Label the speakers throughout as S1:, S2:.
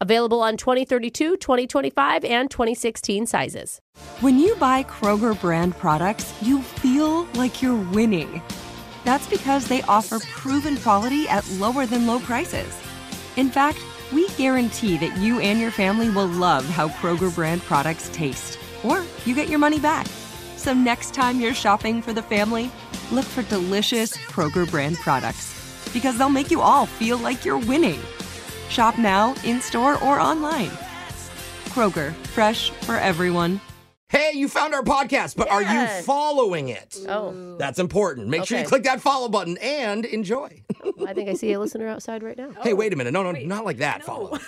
S1: Available on 2032, 2025, and 2016 sizes.
S2: When you buy Kroger brand products, you feel like you're winning. That's because they offer proven quality at lower than low prices. In fact, we guarantee that you and your family will love how Kroger brand products taste, or you get your money back. So next time you're shopping for the family, look for delicious Kroger brand products because they'll make you all feel like you're winning. Shop now, in store, or online. Kroger, fresh for everyone.
S3: Hey, you found our podcast, but are
S1: Yeah.
S3: you following it?
S1: Oh,
S3: That's important. Make sure you
S1: Okay.
S3: click that follow button and enjoy.
S1: I think I see a listener outside right now.
S3: hey, wait a minute. No, no, not like that follow.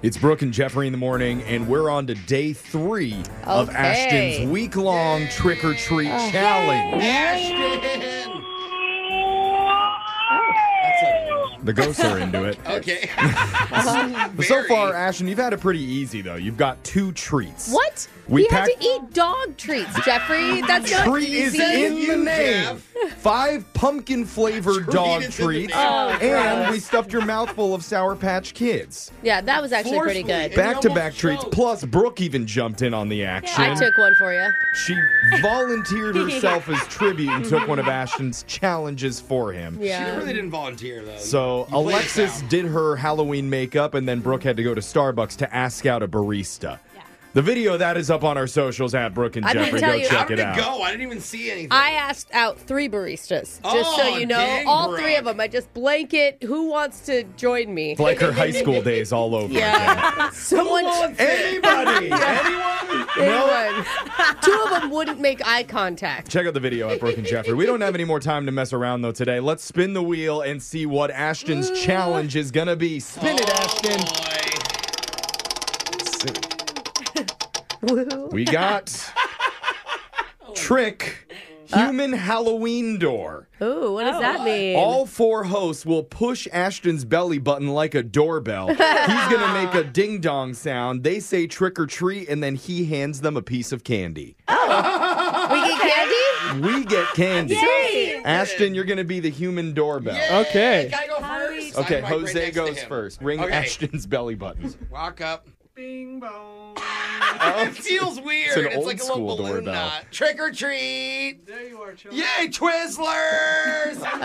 S4: It's Brooke and Jeffrey in the morning, and we're on to day three of
S1: Okay. Oh,
S4: Ashton's week long trick or treat challenge.
S3: Ashton! That's a-
S4: The ghosts are into it.
S3: Okay.
S4: But so far, Ashton, you've had it pretty easy, though. You've got two treats.
S1: What?
S4: We
S1: We have
S4: packed-
S1: to eat dog treats, Jeffrey. That's not
S4: Treat is
S1: easy.
S4: in the
S3: You,
S4: name. Five pumpkin flavored
S3: Treat
S4: dog
S3: is in the
S4: treats.
S3: name. Oh,
S4: and we stuffed your mouth full of Sour Patch Kids.
S1: yeah, that was actually pretty
S3: Forcefully.
S1: good.
S3: Ba-
S4: Back to back
S3: almost
S4: treats.
S3: choked.
S4: Plus, Brooke even jumped in on the action.
S1: I took one for you.
S4: She volunteered herself as tribute and took one of Ashton's challenges for him.
S3: She
S1: Yeah.
S3: really didn't volunteer, though.
S4: So
S3: You played it
S4: Alexis
S3: down.
S4: did her Halloween makeup, and then Brooke had to go to Starbucks to ask out a barista. The video of that is up on our socials at Brooke and
S1: I didn't
S4: Jeffrey.
S1: tell
S4: Go
S1: you-
S3: How
S4: check
S3: did
S4: it
S3: it
S4: out.
S3: go? I didn't even see anything.
S1: I asked out three baristas, just
S3: Oh,
S1: so you know.
S3: dang,
S1: all
S3: Brooke.
S1: three of them. I just blanket. Who wants to join me?
S4: It's like her high school days all over again.
S1: Yeah. Someone.
S4: Anybody? Anyone? No.
S1: Anyone. Two of them wouldn't make eye contact.
S4: Check out the video at Brooke and Jeffrey. We don't have any more time to mess around though today. Let's spin the wheel and see what Ashton's
S1: Mm.
S4: challenge is gonna be.
S3: Oh,
S4: Spin it, Ashton.
S3: Boy.
S1: Woo.
S4: We got Trick Human Halloween Door.
S1: Uh. Ooh, what does that mean?
S4: All four hosts will push Ashton's belly button like a doorbell. He's going to make a ding dong sound. They say trick or treat, and then he hands them a piece of candy.
S1: we get candy?
S4: We get candy.
S1: Yay!
S4: Ashton, you're going to be the human doorbell.
S5: Okay.
S3: Can I go first? I'm
S4: Okay,
S3: like right
S4: Jose
S3: next to
S4: goes
S3: him.
S4: first. Ring
S3: Okay.
S4: Ashton's belly button.
S3: Walk up. Bing bong. it feels weird. It's,
S4: an old
S3: like a little
S4: school
S3: balloon
S4: doorbell.
S3: knot. Trick or treat. There you are, Yay, Twizzlers!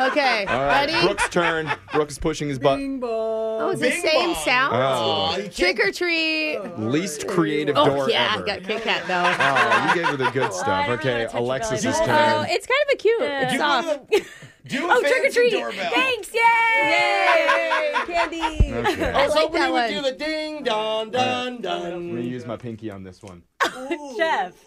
S1: Okay.
S4: All right,
S1: Ready?
S4: Brooks' turn. Brooks is pushing his button.
S1: oh, it's the
S3: Bing
S1: same
S3: bong.
S1: sound?
S4: Oh,
S3: you
S1: Trick or treat.
S4: least creative
S1: Oh,
S4: door
S1: yeah.
S4: ever.
S1: I got Kit Kat, though.
S4: Oh, you gave her the good stuff. Okay, Alexis's
S3: button.
S4: turn.
S1: it's kind of a cute.
S3: Do one of the-
S6: Oh,
S3: do a fancy doorbell.
S1: Yay! Yay! Candy.
S4: Okay.
S3: I was
S1: I like
S3: hoping
S1: that
S3: you
S1: one.
S3: would do the ding dong dun dun.
S4: I'm gonna use my pinky on this one.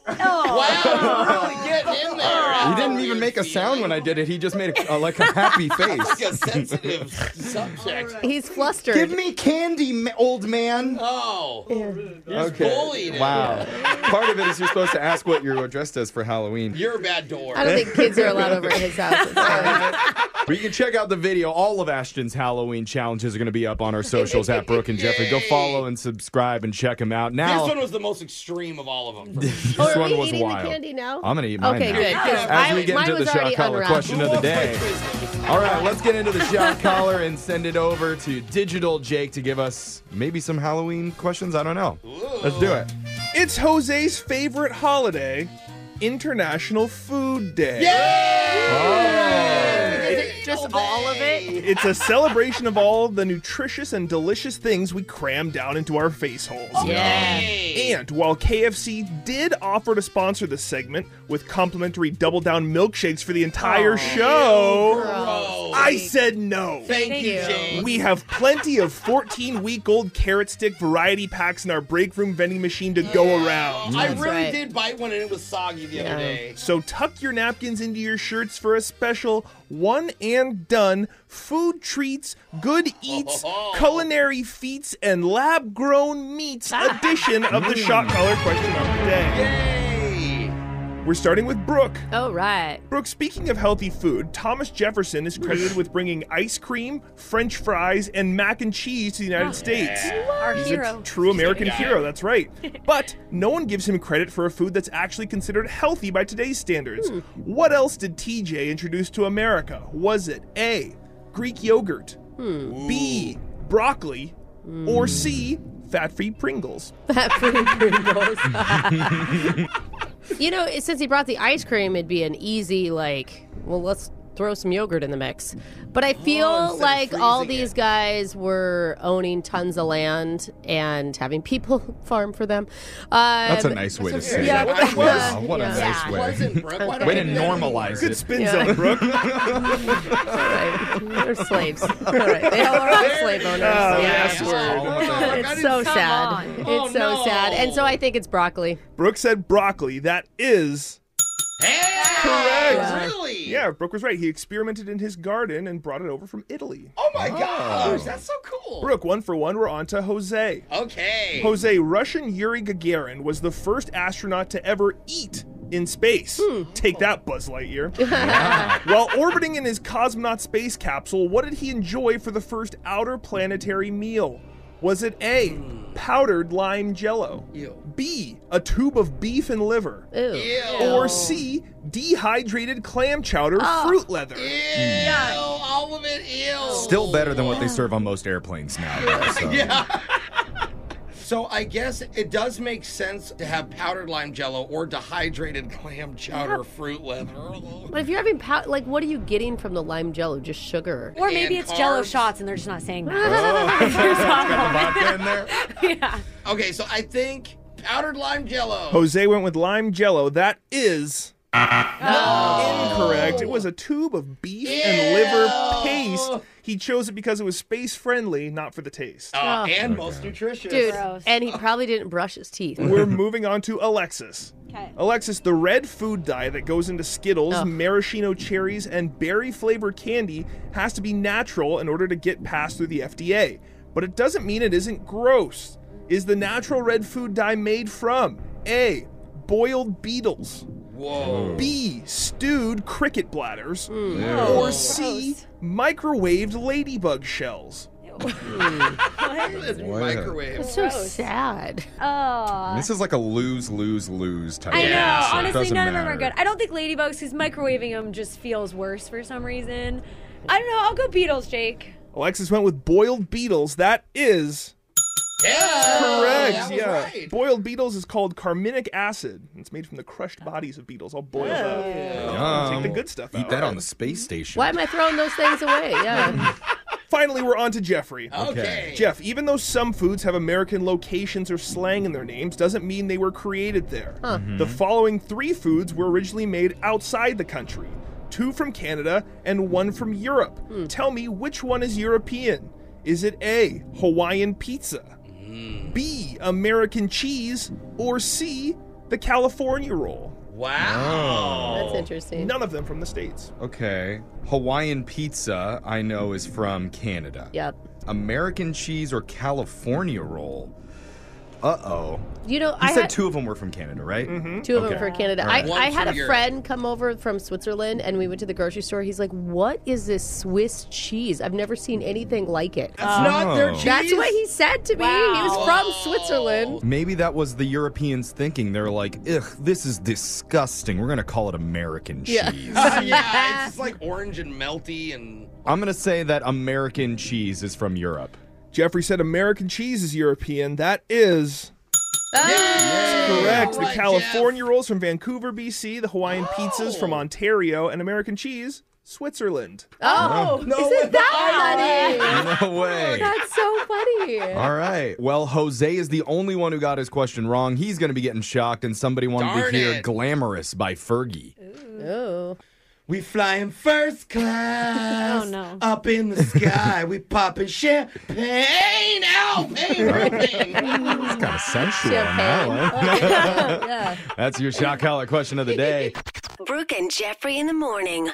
S3: Wow, you're really getting in there.
S4: He didn't even make a sound when I did it. He just made a, a- like a happy
S3: It's like a
S4: face.
S3: sensitive subject.
S1: He's flustered.
S4: Give me candy, ma- old man.
S3: Oh, bullied.
S4: Wow. Part of it is you're supposed to ask what you're dressed as for Halloween.
S3: you're a bad door.
S1: I don't think kids are allowed over at his house. It's fine.
S4: But you can check out the video. All of Ashton's Halloween challenges are going to be up on our socials at Brooke and Jeffrey. Go
S3: Yay.
S4: follow and subscribe and check them out. Now,
S3: This one was the most extreme of all of them.
S4: this
S1: Oh, are
S4: one
S1: we
S4: was
S1: eating
S4: wild.
S1: the candy now?
S4: I'm going to eat mine
S1: Okay,
S4: now.
S1: good. good.
S4: As we
S1: I-
S4: get
S1: mine
S4: into the
S1: was
S4: shot
S1: already
S4: collar
S1: unwrapped.
S4: question of the day. All right, let's get into the shot collar and send it over to Digital Jake to give us maybe some Halloween questions. I don't know. Let's do it.
S5: It's Jose's favorite holiday, International Food Day.
S1: Is it just all of it?
S5: It's a celebration of all the nutritious and delicious things we cram down into our face holes.
S1: Yeah.
S5: And while KFC did offer to sponsor this segment with complimentary double down milkshakes for the entire show,
S3: Gross.
S5: I said no.
S3: Thank, you,
S1: you.
S3: Jake.
S5: We have plenty of 14 week old carrot stick variety packs in our break room vending machine to go around.
S3: I really
S1: right.
S3: did bite one and it was soggy the other day.
S5: So tuck your napkins into your shirts for a special one and done food treats, good eats,
S3: Oh.
S5: culinary feats, and lab grown meats
S1: Ah.
S5: edition of
S3: Mm.
S5: the shot collar question of the day.
S3: Hey.
S5: We're starting with Brooke.
S1: All right.
S5: Brooke, speaking of healthy food, Thomas Jefferson is credited with bringing ice cream, French fries, and mac and cheese to the United States.
S1: Our
S5: He's
S1: hero.
S5: a true American
S3: guy.
S5: hero, that's right. But no one gives him credit for a food that's actually considered healthy by today's standards. What else did TJ introduce to America? Was it A, Greek yogurt, B, broccoli, or C, fat free Pringles?
S1: You know, it- since he brought the ice cream, it'd be an easy like. Well, let's throw some yogurt in the mix. But I feel
S3: instead of
S1: like all
S3: freezing
S1: these guys were owning tons of land and having people farm for them. Um,
S4: That's a nice way to say
S1: Yeah,
S4: it.
S1: but-
S4: Wow, what
S1: yeah.
S4: a nice
S3: It
S4: way.
S3: wasn't, Brooke. Why don't
S4: Way
S3: you
S4: to
S3: do that
S4: normalize
S5: Good
S4: it.
S5: spin zone, Brooke.
S1: right. They're slaves. All right. They all are all slave owners. yeah.
S5: Oh, yes,
S3: word.
S1: It's so
S6: Come
S1: sad.
S6: on.
S1: It's
S3: Oh,
S1: so
S3: no.
S1: sad. And so I think it's broccoli.
S5: Brooke said broccoli. That is
S3: Hey.
S5: Correct.
S3: Really?
S5: Yeah, Brooke was right. He experimented in his garden and brought it over from Italy.
S3: Oh my gosh, that's so cool.
S5: Brooke, one for one, we're on to Jose.
S3: Okay.
S5: Jose, Russian Yuri Gagarin was the first astronaut to ever eat in space. Take that, Buzz Lightyear. While orbiting in his cosmonaut space capsule, what did he enjoy for the first outer planetary meal? Was it A, powdered lime jello?
S3: Ew.
S5: B, a tube of beef and liver?
S1: Ew.
S5: Or C, dehydrated clam chowder fruit leather?
S3: Ew. All of it. Ew.
S4: Still better than what they serve on most airplanes now. though, so.
S3: Yeah. So I guess it does make sense to have powdered lime jello or dehydrated clam chowder fruit leather. Oh.
S1: But if you're having pow- like, what are you getting from the lime jello? Just sugar.
S6: Or maybe
S3: And
S6: it's Jello
S3: carbs.
S6: shots, and they're just not saying that.
S1: Oh.
S4: Got the vodka in there.
S3: Okay, so I think powdered lime jello.
S5: Jose went with lime jello. That is
S1: Oh.
S5: incorrect. It was a tube of beef and liver paste. He chose it because it was space friendly, not for the taste.
S3: Uh, and most nutritious.
S1: Oh. Dude,
S6: Gross.
S1: and he probably didn't brush his teeth.
S5: We're moving on to Alexis.
S6: Okay.
S5: Alexis, the red food dye that goes into Skittles, maraschino cherries, and berry flavored candy has to be natural in order to get passed through the FDA. But it doesn't mean it isn't gross. Is the natural red food dye made from A. Boiled beetles,
S3: Whoa.
S5: B. Stewed cricket bladders. Or C. Microwaved ladybug shells.
S3: Microwave.
S1: It's so sad.
S6: Oh.
S4: This is like a lose, lose, lose type.
S6: I know.
S4: of thing, so it
S6: Honestly,
S4: doesn't
S6: none of them are
S4: matter.
S6: good. I don't think ladybugs, because microwaving them just feels worse for some reason. I don't know. I'll go Beatles, Jake.
S5: Alexis went with boiled beetles. That is
S3: Yeah.
S5: correct.
S3: that was
S5: yeah.
S3: right.
S5: Boiled beetles is called carminic acid. It's made from the crushed bodies of beetles. All boiled up. Take the
S4: Yum.
S5: good stuff
S4: Eat
S5: out.
S4: that on the space station.
S1: Why am I throwing those things away? Yeah.
S5: Finally, we're on to Jeffrey.
S3: Okay.
S5: Jeff, even though some foods have American locations or slang in their names, doesn't mean they were created there. The following three foods were originally made outside the country two from Canada and one from Europe.
S1: Hmm.
S5: Tell me which one is European? Is it A, Hawaiian pizza,
S1: Hmm.
S5: B, American cheese, or C, the California roll?
S3: Wow.
S4: Oh.
S1: That's interesting.
S5: None of them from the States.
S4: Okay. Hawaiian pizza, I know, is from Canada.
S1: Yep.
S4: American cheese or California roll? Uh oh.
S1: You know,
S4: You
S1: I
S4: said
S1: had
S4: two of them were from Canada, right?
S1: two of them
S4: okay.
S1: for Canada.
S4: All right.
S1: I,
S3: Mm-hmm. One
S1: I had
S3: from
S1: a
S3: Europe.
S1: friend come over from Switzerland, and we went to the grocery store. He's like, "What is this Swiss cheese? I've never seen anything like it."
S3: That's not their
S4: Oh.
S3: cheese.
S1: That's what he said to me. He was from Switzerland.
S4: Maybe that was the Europeans thinking. They're like, ugh, this is disgusting. We're going to call it American
S1: Yeah.
S4: cheese.
S3: yeah, it's just like orange and melty and
S4: I'm going to say that American cheese is from Europe.
S5: Jeffrey said American cheese is European. That is correct.
S3: All right,
S5: the California rolls from Vancouver, BC, the Hawaiian pizzas from Ontario, and American cheese, Switzerland.
S1: Oh, isn't that funny?
S4: No way.
S1: Oh, That's so funny.
S4: All right. Well, Jose is the only one who got his question wrong. He's going to be getting shocked, and somebody wanted
S3: Darn
S4: to hear
S3: it.
S4: Glamorous by Fergie.
S1: Oh.
S3: We fly in first class.
S6: Oh, no.
S3: Up in the sky, we popping champagne. Ow, pain, everything.
S4: It's kind of
S1: Ah,
S4: sensual on that one. That's your shock collar question of the day.
S7: Brooke and Jeffrey in the morning.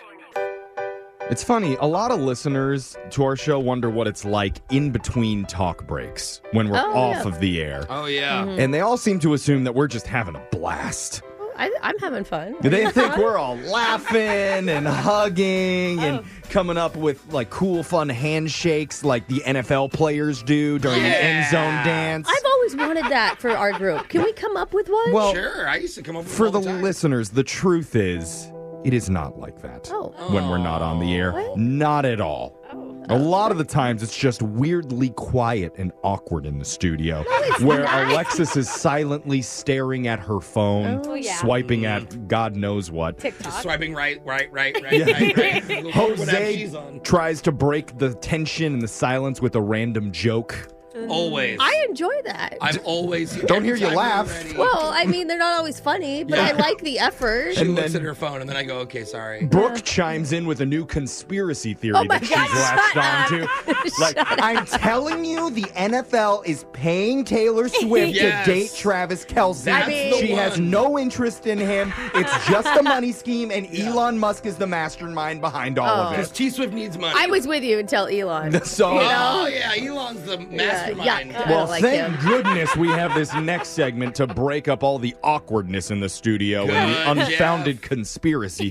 S4: It's funny, a lot of listeners to our show wonder what it's like in between talk breaks when we're
S1: Oh,
S4: off
S1: yeah. Mm-hmm.
S4: of the air.
S3: oh yeah.
S4: And they all seem to assume that we're just having a blast.
S1: I, I'm having fun.
S4: They think we're all laughing and hugging and coming up with like cool, fun handshakes like the NFL players do during the end zone dance.
S1: I've always wanted that for our group. Can we come up with one?
S4: well,
S3: Sure, I used to come up with
S4: for
S3: them
S4: the
S3: all time.
S4: listeners, the truth is, it is not like that
S1: Oh.
S4: when we're not on the air.
S1: What?
S4: Not at all. A lot of the times, it's just weirdly quiet and awkward in the studio, where Alexis is silently staring at her phone,
S6: Oh, yeah.
S4: swiping at God knows what.
S3: Just swiping right, right, right, right, right, right. Little bird would have cheese
S4: Jose
S3: on.
S4: tries to break the tension and the silence with a random joke.
S3: Always.
S1: I enjoy that.
S3: I'm always.
S4: Don't hear
S3: every
S4: you
S3: time
S4: laugh.
S3: you're ready.
S1: well, I mean, they're not always funny, but I
S3: Yeah.
S1: like the effort.
S3: She
S4: And
S3: looks
S4: then-
S3: at her phone, and then I go, "Okay, sorry."
S4: Brooke chimes in with a new conspiracy theory
S1: Uh. Oh my
S4: that she's
S1: God,
S4: latched
S1: shut
S4: on to. Like, I'm telling you, the NFL is paying Taylor Swift
S3: Yes.
S4: to date Travis Kelsey.
S3: That's
S1: the
S4: she has
S3: one.
S4: no interest in him. It's just a money scheme, and Elon Musk is the mastermind behind all of
S3: Because
S4: it.
S3: T Swift needs money.
S1: Oh. I was with you until Elon.
S4: So,
S3: Oh yeah, Elon's the mastermind.
S1: yeah.
S4: well,
S1: I like
S4: thank
S1: him.
S4: goodness we have this next segment to break up all the awkwardness in the studio and
S3: Good,
S4: the
S3: Jeff.
S4: unfounded conspiracy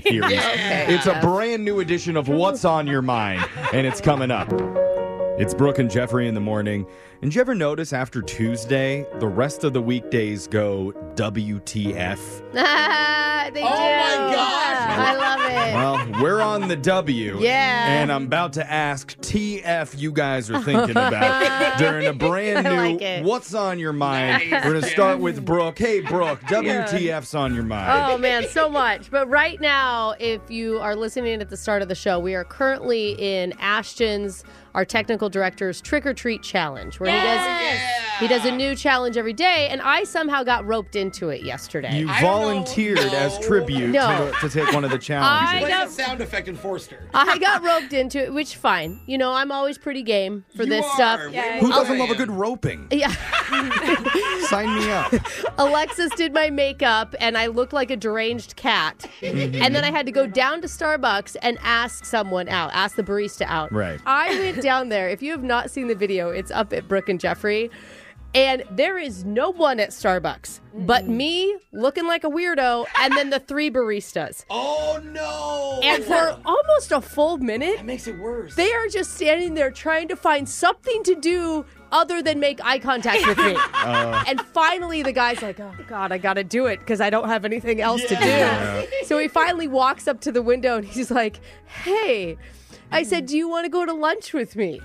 S4: theories.
S3: Yeah.
S4: It's a brand new edition of What's on Your Mind, and it's coming up. It's Brooke and Jeffrey in the morning. And did you ever notice after Tuesday, the rest of the weekdays go WTF?
S1: Ah, they do.
S3: Oh my gosh.
S1: I love it.
S4: Well, we're on the W.
S1: Yeah.
S4: And I'm about to ask TF you guys are thinking about during a brand
S1: I
S4: new
S1: like it.
S4: What's on Your Mind.
S3: Nice,
S4: We're going to
S3: Jeff.
S4: start with Brooke. Hey, Brooke, WTF's on your mind.
S1: Oh man, so much. But right now, if you are listening at the start of the show, we are currently in Ashton's, our technical director's trick or treat challenge, where he does he does a new challenge every day, and I somehow got roped into it yesterday.
S4: You
S3: I don't
S4: volunteered as
S3: know.
S4: tribute
S1: No.
S4: to, to take one of the challenges.
S3: Play
S1: I
S3: that
S1: got-
S3: sound effect in Forster.
S1: I got roped into it, which fine. You know, I'm always pretty game for
S3: You
S1: this
S3: are
S1: stuff.
S3: way more
S4: Who
S3: than
S4: doesn't
S3: I
S4: love a
S3: am.
S4: good roping?
S1: Yeah.
S4: Sign me up.
S1: Alexis did my makeup and I looked like a deranged cat. And then I had to go down to Starbucks and ask someone out, ask the barista out.
S4: Right.
S1: I went down there. If you have not seen the video, it's up at Brooke and Jeffrey. And there is no one at Starbucks but me looking like a weirdo and then the three baristas.
S3: Oh no!
S1: And for almost a full minute,
S3: that makes it worse.
S1: they are just standing there trying to find something to do other than make eye contact with me. and finally, the guy's like, oh, God, I got to do it because I don't have anything else to do. So he finally walks up to the window and he's like, hey, I said, do you want to go to lunch with me?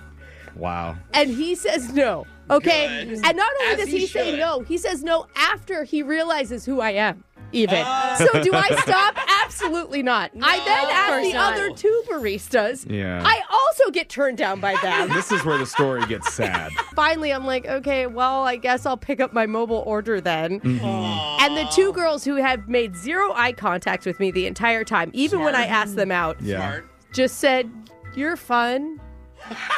S4: Wow.
S1: And he says no. Okay.
S3: Good.
S1: And not only
S3: As
S1: does
S3: he
S1: he, say
S3: should.
S1: no, he says no after he realizes who I am. Even.
S3: Oh.
S1: so do I stop? Absolutely not. I then ask the
S6: not.
S1: other two baristas.
S4: Yeah.
S1: I also get turned down by them.
S4: This is where the story gets sad.
S1: Finally, I'm like, okay, well, I guess I'll pick up my mobile order then.
S3: Mm-hmm.
S4: Mm-hmm.
S1: And the two girls who have made zero eye contact with me the entire time, even when I asked them out,
S4: Yeah.
S3: Smart.
S1: just said, You're fun.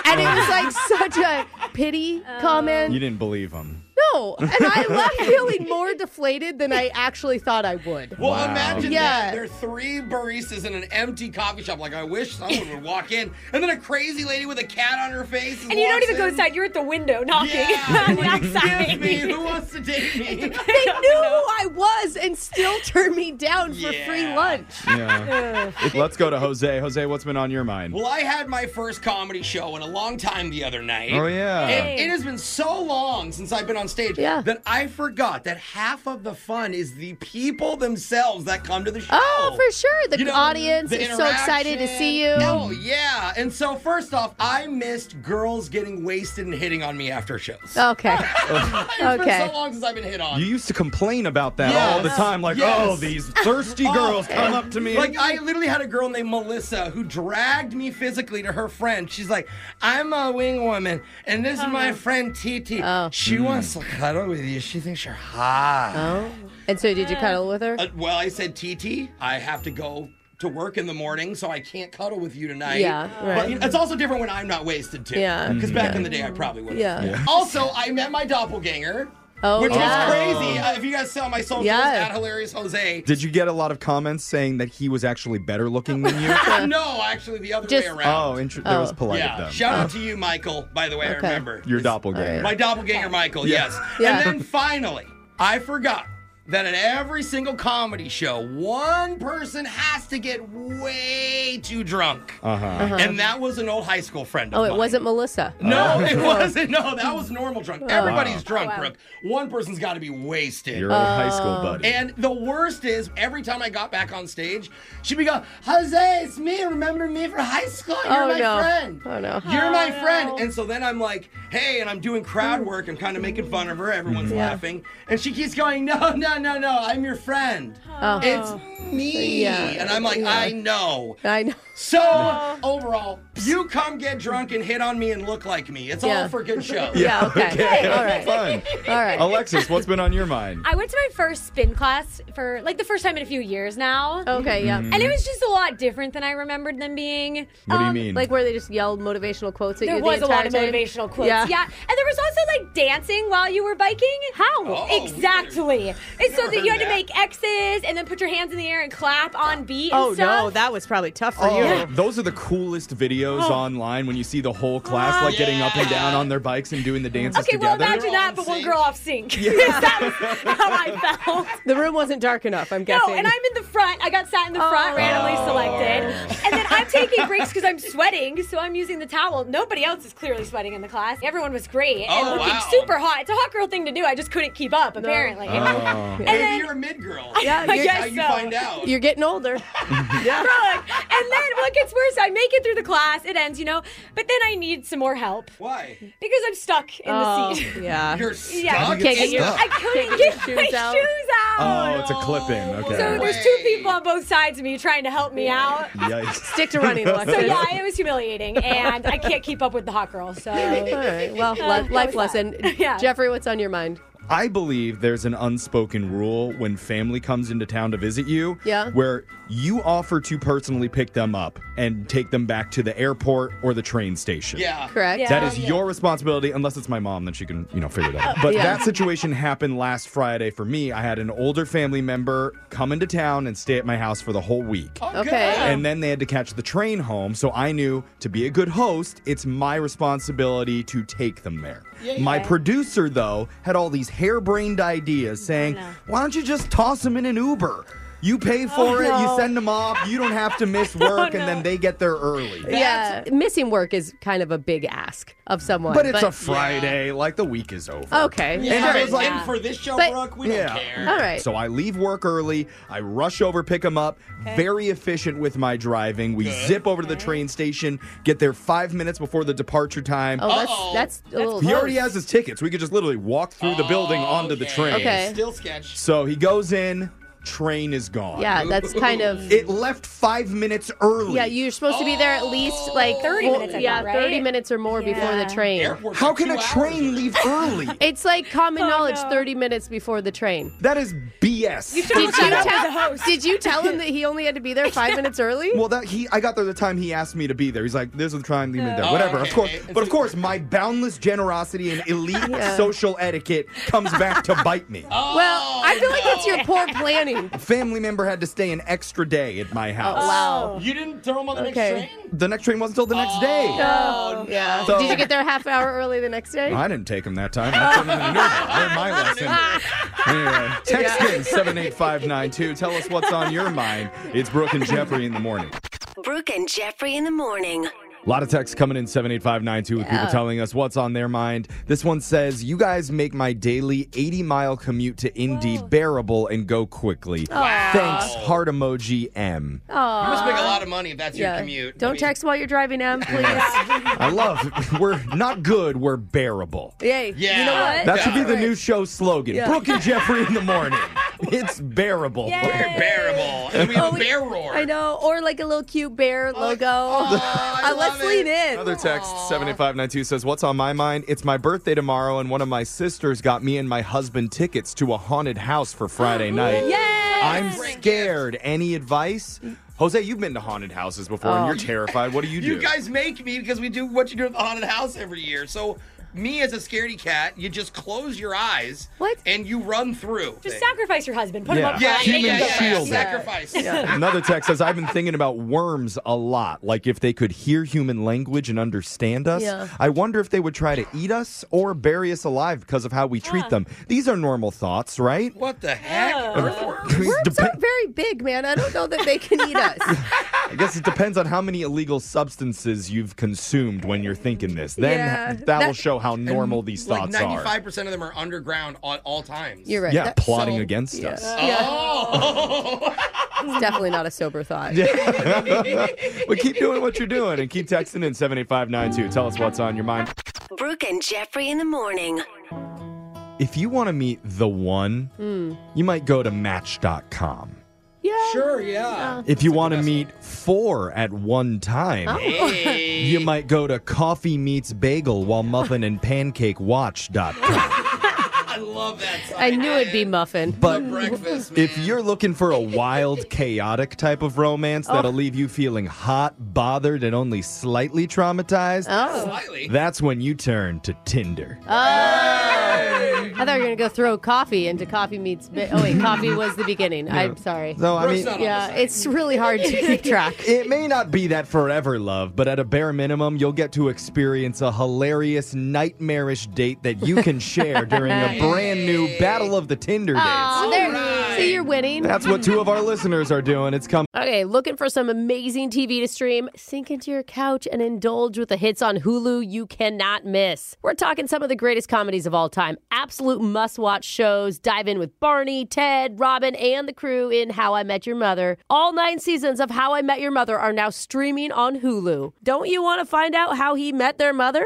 S1: And it was like such a pity comment.
S3: Oh.
S4: You didn't believe him.
S1: No. And I left feeling more deflated than I actually thought I would.
S3: Well,
S4: Wow.
S3: imagine
S1: Yeah.
S3: that. There are three baristas in an empty coffee shop. Like, I wish someone would walk in. And then a crazy lady with a cat on her face.
S6: And you don't
S3: walks
S6: even go
S3: in.
S6: inside. You're at the window knocking
S3: Yeah.
S6: on the
S3: like,
S6: outside.
S3: Excuse me. Who wants to date me?
S1: They knew who I was and still turned me down for free
S3: Yeah.
S1: lunch.
S4: Yeah. Let's go to Jose. Jose, what's been on your mind?
S3: Well, I had my first comedy show in a long time the other night.
S4: Oh, yeah.
S3: And it has been so long since I've been on stage
S1: Yeah.
S3: that I forgot that half of the fun is the people themselves that come to the show.
S1: Oh, for sure. The
S3: You know,
S1: audience
S3: the
S1: is so excited to
S3: interaction.
S1: see you.
S3: Oh, yeah. And so, first off, I missed girls getting wasted and hitting on me after shows.
S1: Okay.
S3: It's
S1: okay.
S3: been so long since I've been hit on.
S4: You used to complain about that
S3: Yes.
S4: all the time, like,
S3: Yes.
S4: "Oh, these thirsty girls come up to me."
S3: Like I literally had a girl named Melissa who dragged me physically to her friend. She's like, "I'm a wing woman, and this is my friend Titi. She wants to cuddle with you. She thinks you're hot."
S1: Oh. And so did you cuddle with her?
S3: Uh, well, I said, TT, I have to go to work in the morning, so I can't cuddle with you tonight.
S1: Yeah,
S3: But
S1: right.
S3: you know, it's also different when I'm not wasted, too.
S1: Yeah.
S3: Because back in the day, I probably would
S1: Yeah.
S3: have.
S1: Yeah.
S3: Also, I met my doppelganger.
S1: Oh,
S3: which
S1: yeah.
S3: was crazy. Uh, if you guys saw my socials
S1: Yeah.
S3: at Hilarious Jose.
S4: Did you get a lot of comments saying that he was actually better looking than you?
S3: no, actually, the other
S1: Just-
S3: way around.
S4: oh, inter- that was
S1: Oh.
S4: polite
S3: yeah.
S4: of them.
S3: Shout out to you, Michael. By the way, I
S1: Okay.
S3: remember
S4: Your doppelganger.
S3: My doppelganger, Michael. Yes.
S1: Yeah.
S3: And then finally, I forgot that at every single comedy show, one person has to get way too drunk,
S4: Uh-huh.
S3: and that was an old high school friend. Of
S1: Oh, it
S3: mine.
S1: wasn't Oh. Melissa.
S3: No, it wasn't. No, that was normal drunk. Everybody's
S4: Wow.
S3: drunk, Brooke. One person's got to be wasted.
S4: Your old high school
S1: Oh.
S4: buddy.
S3: And the worst is, every time I got back on stage, she'd be going, Jose, it's me. Remember me from high school? You're
S1: Oh,
S3: my
S1: no.
S3: friend.
S1: Oh, no.
S3: You're my friend. And so then I'm like, hey, and I'm doing crowd work. I'm kind of making fun of her. Everyone's laughing. And she keeps going, no, no, no, no. I'm your friend.
S1: Oh.
S3: It's me.
S1: Yeah.
S3: And I'm like,
S1: Yeah.
S3: I know.
S1: I know.
S3: So overall, you come get drunk and hit on me and look like me. It's
S1: Yeah.
S3: all for good show.
S1: Yeah, okay. All right.
S4: Fun.
S1: All
S4: Oh,
S1: right.
S4: Alexis, what's been on your mind?
S6: I went to my first spin class for like the first time in a few years now.
S1: Okay, yeah.
S6: And it was just a lot different than I remembered them being.
S4: Mm-hmm. What do you
S6: Um,
S4: mean?
S1: Like where they just yelled motivational quotes at
S6: There
S1: you.
S6: was
S1: the
S6: a lot
S1: entire
S6: of
S1: time?
S6: motivational quotes.
S1: Yeah.
S6: Yeah. And there was also like dancing while you were biking. How?
S3: Oh,
S6: exactly. And so
S3: Never
S6: that you
S3: heard
S6: had to
S3: that.
S6: make X's and then put your hands in the air and clap on beat. and
S8: Oh
S6: stuff.
S8: no, that was probably tough for
S4: Oh,
S8: you.
S4: Those are the coolest videos online when you see the whole class like getting up and down on their bikes and doing the dances
S6: Okay, well
S4: together.
S6: imagine
S3: They're all
S6: that, but one
S3: in
S6: girl
S3: sync.
S6: off sync. that was how I felt.
S1: The room wasn't dark enough, I'm guessing.
S6: No, and I'm in the front. I got sat in the front, randomly selected. And then I'm taking breaks because I'm sweating, so I'm using the towel. Nobody else is clearly sweating in the class. Everyone was great and
S3: Oh,
S6: looking
S3: wow.
S6: super hot. It's a hot girl thing to do. I just couldn't keep up, apparently.
S4: Oh.
S6: And
S3: Maybe
S6: then,
S3: you're a mid girl.
S1: Yeah,
S6: I
S1: you're,
S6: guess
S3: How you
S6: so.
S3: find out?
S1: you're getting older. yeah.
S6: Frolic. And then, well, it gets worse. I make it through the class. It ends, you know. But then I need some more help
S3: Why?
S6: because I'm stuck in
S1: Oh,
S6: the seat.
S8: Yeah.
S3: You're stuck.
S6: Yeah.
S1: Can't get your-
S6: I couldn't
S1: Take your
S6: get
S1: shoes
S6: my
S1: out.
S6: shoes out.
S4: Oh, it's a clip in. Okay.
S6: So there's two people on both sides of me trying to help me out.
S4: Yikes.
S1: Stick to running, Alexis.
S6: So yeah, it was humiliating, and I can't keep up with the hot girl. So
S1: All right. Well,
S6: Uh,
S1: li-
S6: that
S1: life
S6: was
S1: lesson.
S6: that. Yeah.
S1: Jeffrey, what's on your mind?
S4: I believe there's an unspoken rule when family comes into town to visit you
S1: Yeah.
S4: where you offer to personally pick them up and take them back to the airport or the train station.
S3: Yeah.
S1: Correct.
S6: Yeah.
S4: That is your responsibility, unless it's my mom, then she can, you know, figure that out. But
S1: Yeah.
S4: that situation happened last Friday for me. I had an older family member come into town and stay at my house for the whole week.
S1: Okay.
S4: And then they had to catch the train home, so I knew to be a good host, it's my responsibility to take them there. My producer, though, had all these harebrained ideas saying, Why don't you just toss them in an Uber? You pay for it, you send them off, you don't have to miss work, and then they get there early.
S1: yeah. Missing work is kind of a big ask of someone.
S4: But it's a Friday, like the week is over.
S1: Okay.
S3: And
S1: All
S3: I
S1: right.
S3: was like, and for this show,
S1: But-
S3: Brooke, we
S4: Yeah.
S3: don't care.
S1: All right.
S4: So I leave work early. I rush over, pick them up. Very efficient with my driving. We zip over to the train station, get there five minutes before the departure time.
S1: oh,
S3: Uh-oh.
S1: that's that's a little.
S4: he already
S1: close.
S4: has his tickets. We could just literally walk through the building onto the
S3: Oh, Okay.
S4: train.
S1: Okay.
S3: Still sketch.
S4: So he goes in, train is gone.
S1: Yeah, that's kind of.
S4: It left five minutes early.
S1: Yeah, you're supposed to be there at least like
S6: 30
S1: four-
S6: Oh. minutes, I
S1: Yeah,
S6: thought, right?
S1: 30 minutes or more before the
S6: Yeah.
S1: train.
S3: Airport's
S4: How
S3: like
S4: can
S3: two
S4: a
S3: hours
S4: train
S3: away.
S4: leave early?
S1: It's like common knowledge
S6: Oh, no.
S1: 30 minutes before the train.
S4: That is BS. yes.
S1: Did you,
S6: up
S1: tell,
S6: as a host.
S1: did you tell him that he only had to be there five minutes early?
S4: Well, that he, I got there the time he asked me to be there. He's like, "This is the time you need
S1: Oh,
S4: there." Whatever,
S3: okay.
S4: of course. But of course, my boundless generosity and elite social etiquette comes back to bite me.
S1: Well,
S6: Oh,
S1: I feel like that's your poor planning.
S4: A family member had to stay an extra day at my house.
S1: Oh, Wow.
S3: You didn't throw him on the
S1: Okay.
S3: next train?
S4: The next train wasn't until the next day.
S1: Oh, yeah.
S4: So-
S1: Did you get there a half hour early the next day?
S4: I didn't take him that time. That's something I knew about. Learn my
S1: Ah.
S4: lesson. Anyway, text in 78592. Tell us what's on your mind. It's Brooke and Jeffrey in the morning.
S7: Brooke and Jeffrey in the morning.
S4: A lot of texts coming in 78592 with people telling us what's on their mind. This one says, You guys make my daily 80 mile commute to Indy bearable and go quickly. Thanks, heart emoji M. I
S3: You must make a lot of money if that's your commute. I
S1: Don't
S3: mean,
S1: text while you're driving, Em, please.
S4: love, we're not good, we're bearable.
S1: Yay.
S3: Yeah.
S1: You know what?
S4: That should be the
S1: Right.
S4: new show slogan Brooke and Jeffrey in the morning. It's bearable.
S3: Bearable. And we have
S1: Oh,
S3: a
S1: we-
S3: bear roar. Oh,
S1: I know. Or like a little cute bear logo.
S3: I
S1: Uh, let's
S3: love it.
S1: lean in.
S4: Another text, 7592 says, What's on my mind? It's my birthday tomorrow, and one of my sisters got me and my husband tickets to a haunted house for Friday night.
S1: Yes!
S4: I'm scared. Any advice? Jose, you've been to haunted houses before
S1: Oh.
S4: and you're terrified. What do you do?
S3: You guys make me because we do what you do at the haunted house every year. So me as a scaredy cat, you just close your eyes
S1: What?
S3: and you run through.
S6: Just sacrifice your husband. Put
S4: Yeah.
S6: him up
S3: yeah,
S6: front.
S3: yeah,
S4: Human
S3: yeah, yeah, yeah.
S4: shield.
S3: Sacrifice.
S4: Another text says, I've been thinking about worms a lot. Like if they could hear human language and understand us,
S1: Yeah.
S4: I wonder if they would try to eat us or bury us alive because of how we treat them. These are normal thoughts, right?
S3: What the heck? Earthworm?
S1: Worms
S4: Dep-
S1: aren't very big, man. I don't know that they can eat us.
S4: I guess it depends on how many illegal substances you've consumed when you're thinking this. Then
S1: Yeah.
S4: that, will
S1: That-
S4: show how normal these
S3: Like
S4: thoughts are.
S3: ninety-five percent of them are underground at all times.
S1: You're right.
S4: Yeah,
S1: That-
S4: plotting
S1: so-
S4: against
S1: yeah.
S4: us.
S3: Oh,
S1: It's definitely not a sober thought.
S4: Well, keep doing what you're doing and keep texting in 78592. Tell us what's on your mind.
S7: Brooke and Jeffrey in the morning.
S4: If you want to meet the one, you might go to match.com.
S1: Yeah.
S3: sure, yeah.
S4: If you want to meet four at one time,
S3: Hey.
S4: you might go to coffee meets bagel while muffin and pancake watch.com.
S3: I love that. Song.
S1: I knew it'd be muffin.
S4: But
S3: breakfast. Man.
S4: If you're looking for a wild, chaotic type of romance
S1: Oh.
S4: that'll leave you feeling hot, bothered, and only slightly traumatized,
S1: Oh.
S3: slightly,
S4: that's when you turn to Tinder.
S1: I thought you were going to go throw coffee into coffee meets. Ba- oh, wait, coffee was the beginning. I'm sorry.
S4: So, I
S3: Brooke's
S4: mean,
S3: not on
S1: Yeah, it's really hard to keep track.
S4: it may not be that forever love, but at a bare minimum, you'll get to experience a hilarious, nightmarish date that you can share during a brand new Battle of the Tinder
S1: Aw,
S4: dates.
S1: there, See, you're winning.
S4: That's what two of our listeners are doing. It's coming.
S1: Okay, looking for some amazing TV to stream? Sink into your couch and indulge with the hits on Hulu you cannot miss. We're talking some of the greatest comedies of all time, absolute must watch shows. Dive in with Barney, Ted, Robin, and the crew in How I Met Your Mother. All nine seasons of How I Met Your Mother are now streaming on Hulu. Don't you want to find out how he met their mother?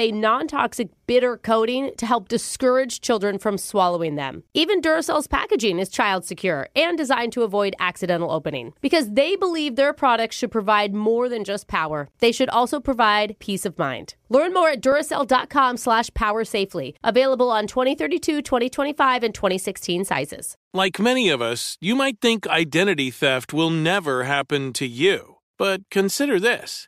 S1: a non toxic bitter coating to help discourage children from swallowing them. Even Duracell's packaging is child secure and designed to avoid accidental opening because they believe their products should provide more than just power. They should also provide peace of mind. Learn more at Duracell.com slash power safely. Available on 2032, 2025, and 2016 sizes.
S8: Like many of us, you might think identity theft will never happen to you. But consider this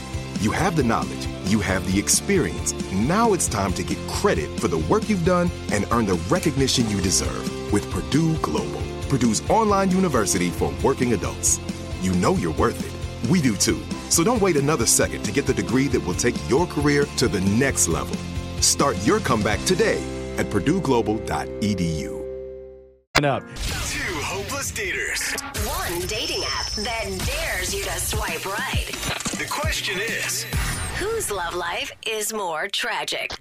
S9: You have the knowledge, you have the experience. Now it's time to get credit for the work you've done and earn the recognition you deserve with Purdue Global, Purdue's online university for working adults. You know you're worth it. We do too. So don't wait another second to get the degree that will take your career to the next level. Start your comeback today at purdueglobal.edu.
S4: Up.
S7: Two hopeless daters. One dating app that dares you to swipe right. The question is Whose love life is more tragic?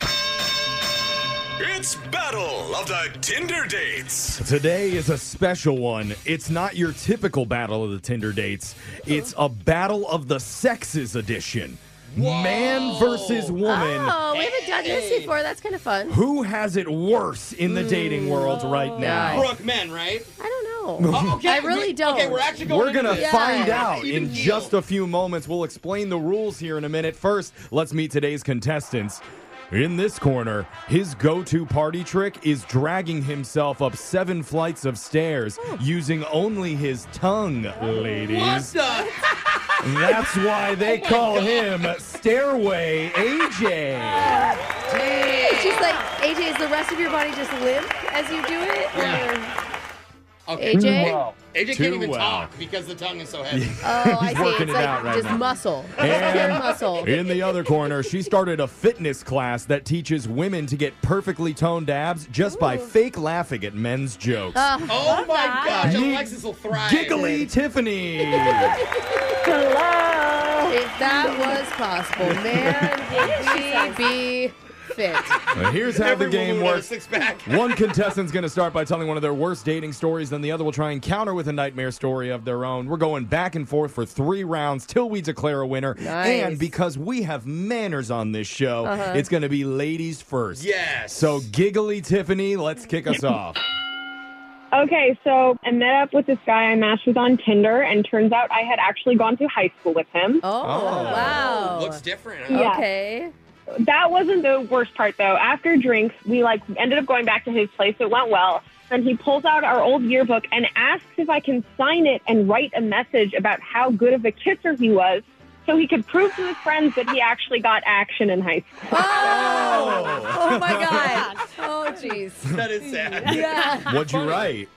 S10: It's Battle of the Tinder Dates.
S4: Today is a special one. It's not your typical battle of the Tinder dates. It's a battle of the sexes edition. Man versus woman.
S1: Oh, we haven't done this before. That's kind of fun.
S4: Who has it worse in the dating world right now?
S1: Mm.
S3: Brooke men, right?
S1: I don't know.
S3: Oh, okay.
S1: I really don't.
S3: Okay, we're actually going
S4: We're going to
S3: into this.
S4: find
S1: Yeah.
S4: out in
S3: Even
S4: just a few moments. We'll explain the rules here in a minute. First, let's meet today's contestants. In this corner, his go to party trick is dragging himself up seven flights of stairs using only his tongue,
S3: What
S4: ladies.
S3: the?
S4: That's why they call him Stairway AJ.
S1: It's just like, AJ, is the rest of your body just limp as you do it? Or-
S3: Okay.
S1: AJ?
S3: AJ
S4: Too
S3: can't even
S4: well.
S3: talk because the tongue is so heavy.
S1: Oh, I
S4: He's
S1: see.
S4: working
S1: it's
S4: it
S1: like
S4: out right
S1: just
S4: now.
S1: muscle. Just pure muscle.
S4: And in the other corner, she started a fitness class that teaches women to get perfectly toned abs just by fake laughing at men's jokes.
S3: Oh my gosh,
S4: Ye-
S3: Alexis will thrive.
S4: Giggly Tiffany.
S1: If that was possible, man, would we be fit?
S4: Well, Here's how the
S3: Every woman
S4: game
S3: would have a
S4: works.
S1: Oh
S3: six-pack.
S4: One contestant's going to start by telling one of their worst dating stories, then the other will try and counter with a nightmare story of their own. We're going back and forth for three rounds till we declare a winner.
S1: Nice. Uh-huh.
S4: And because we have manners on this show, it's going to be ladies first.
S3: Yes.
S4: So, Giggly Tiffany, let's kick us off.
S11: Okay, so I met up with this guy I matched with on Tinder, and turns out I had actually gone to high school with him.
S1: Oh, wow.
S3: looks different. huh?
S11: Yeah.
S1: Okay.
S11: That wasn't the worst part, though. After drinks, we like ended up going back to his place. It went well. Then he pulls out our old yearbook and asks if I can sign it and write a message about how good of a kisser he was, so he could prove to his friends that he actually got action in high school.
S1: Oh, oh my God. Oh, jeez.
S3: That is sad.
S1: Yeah.
S4: What'd you write?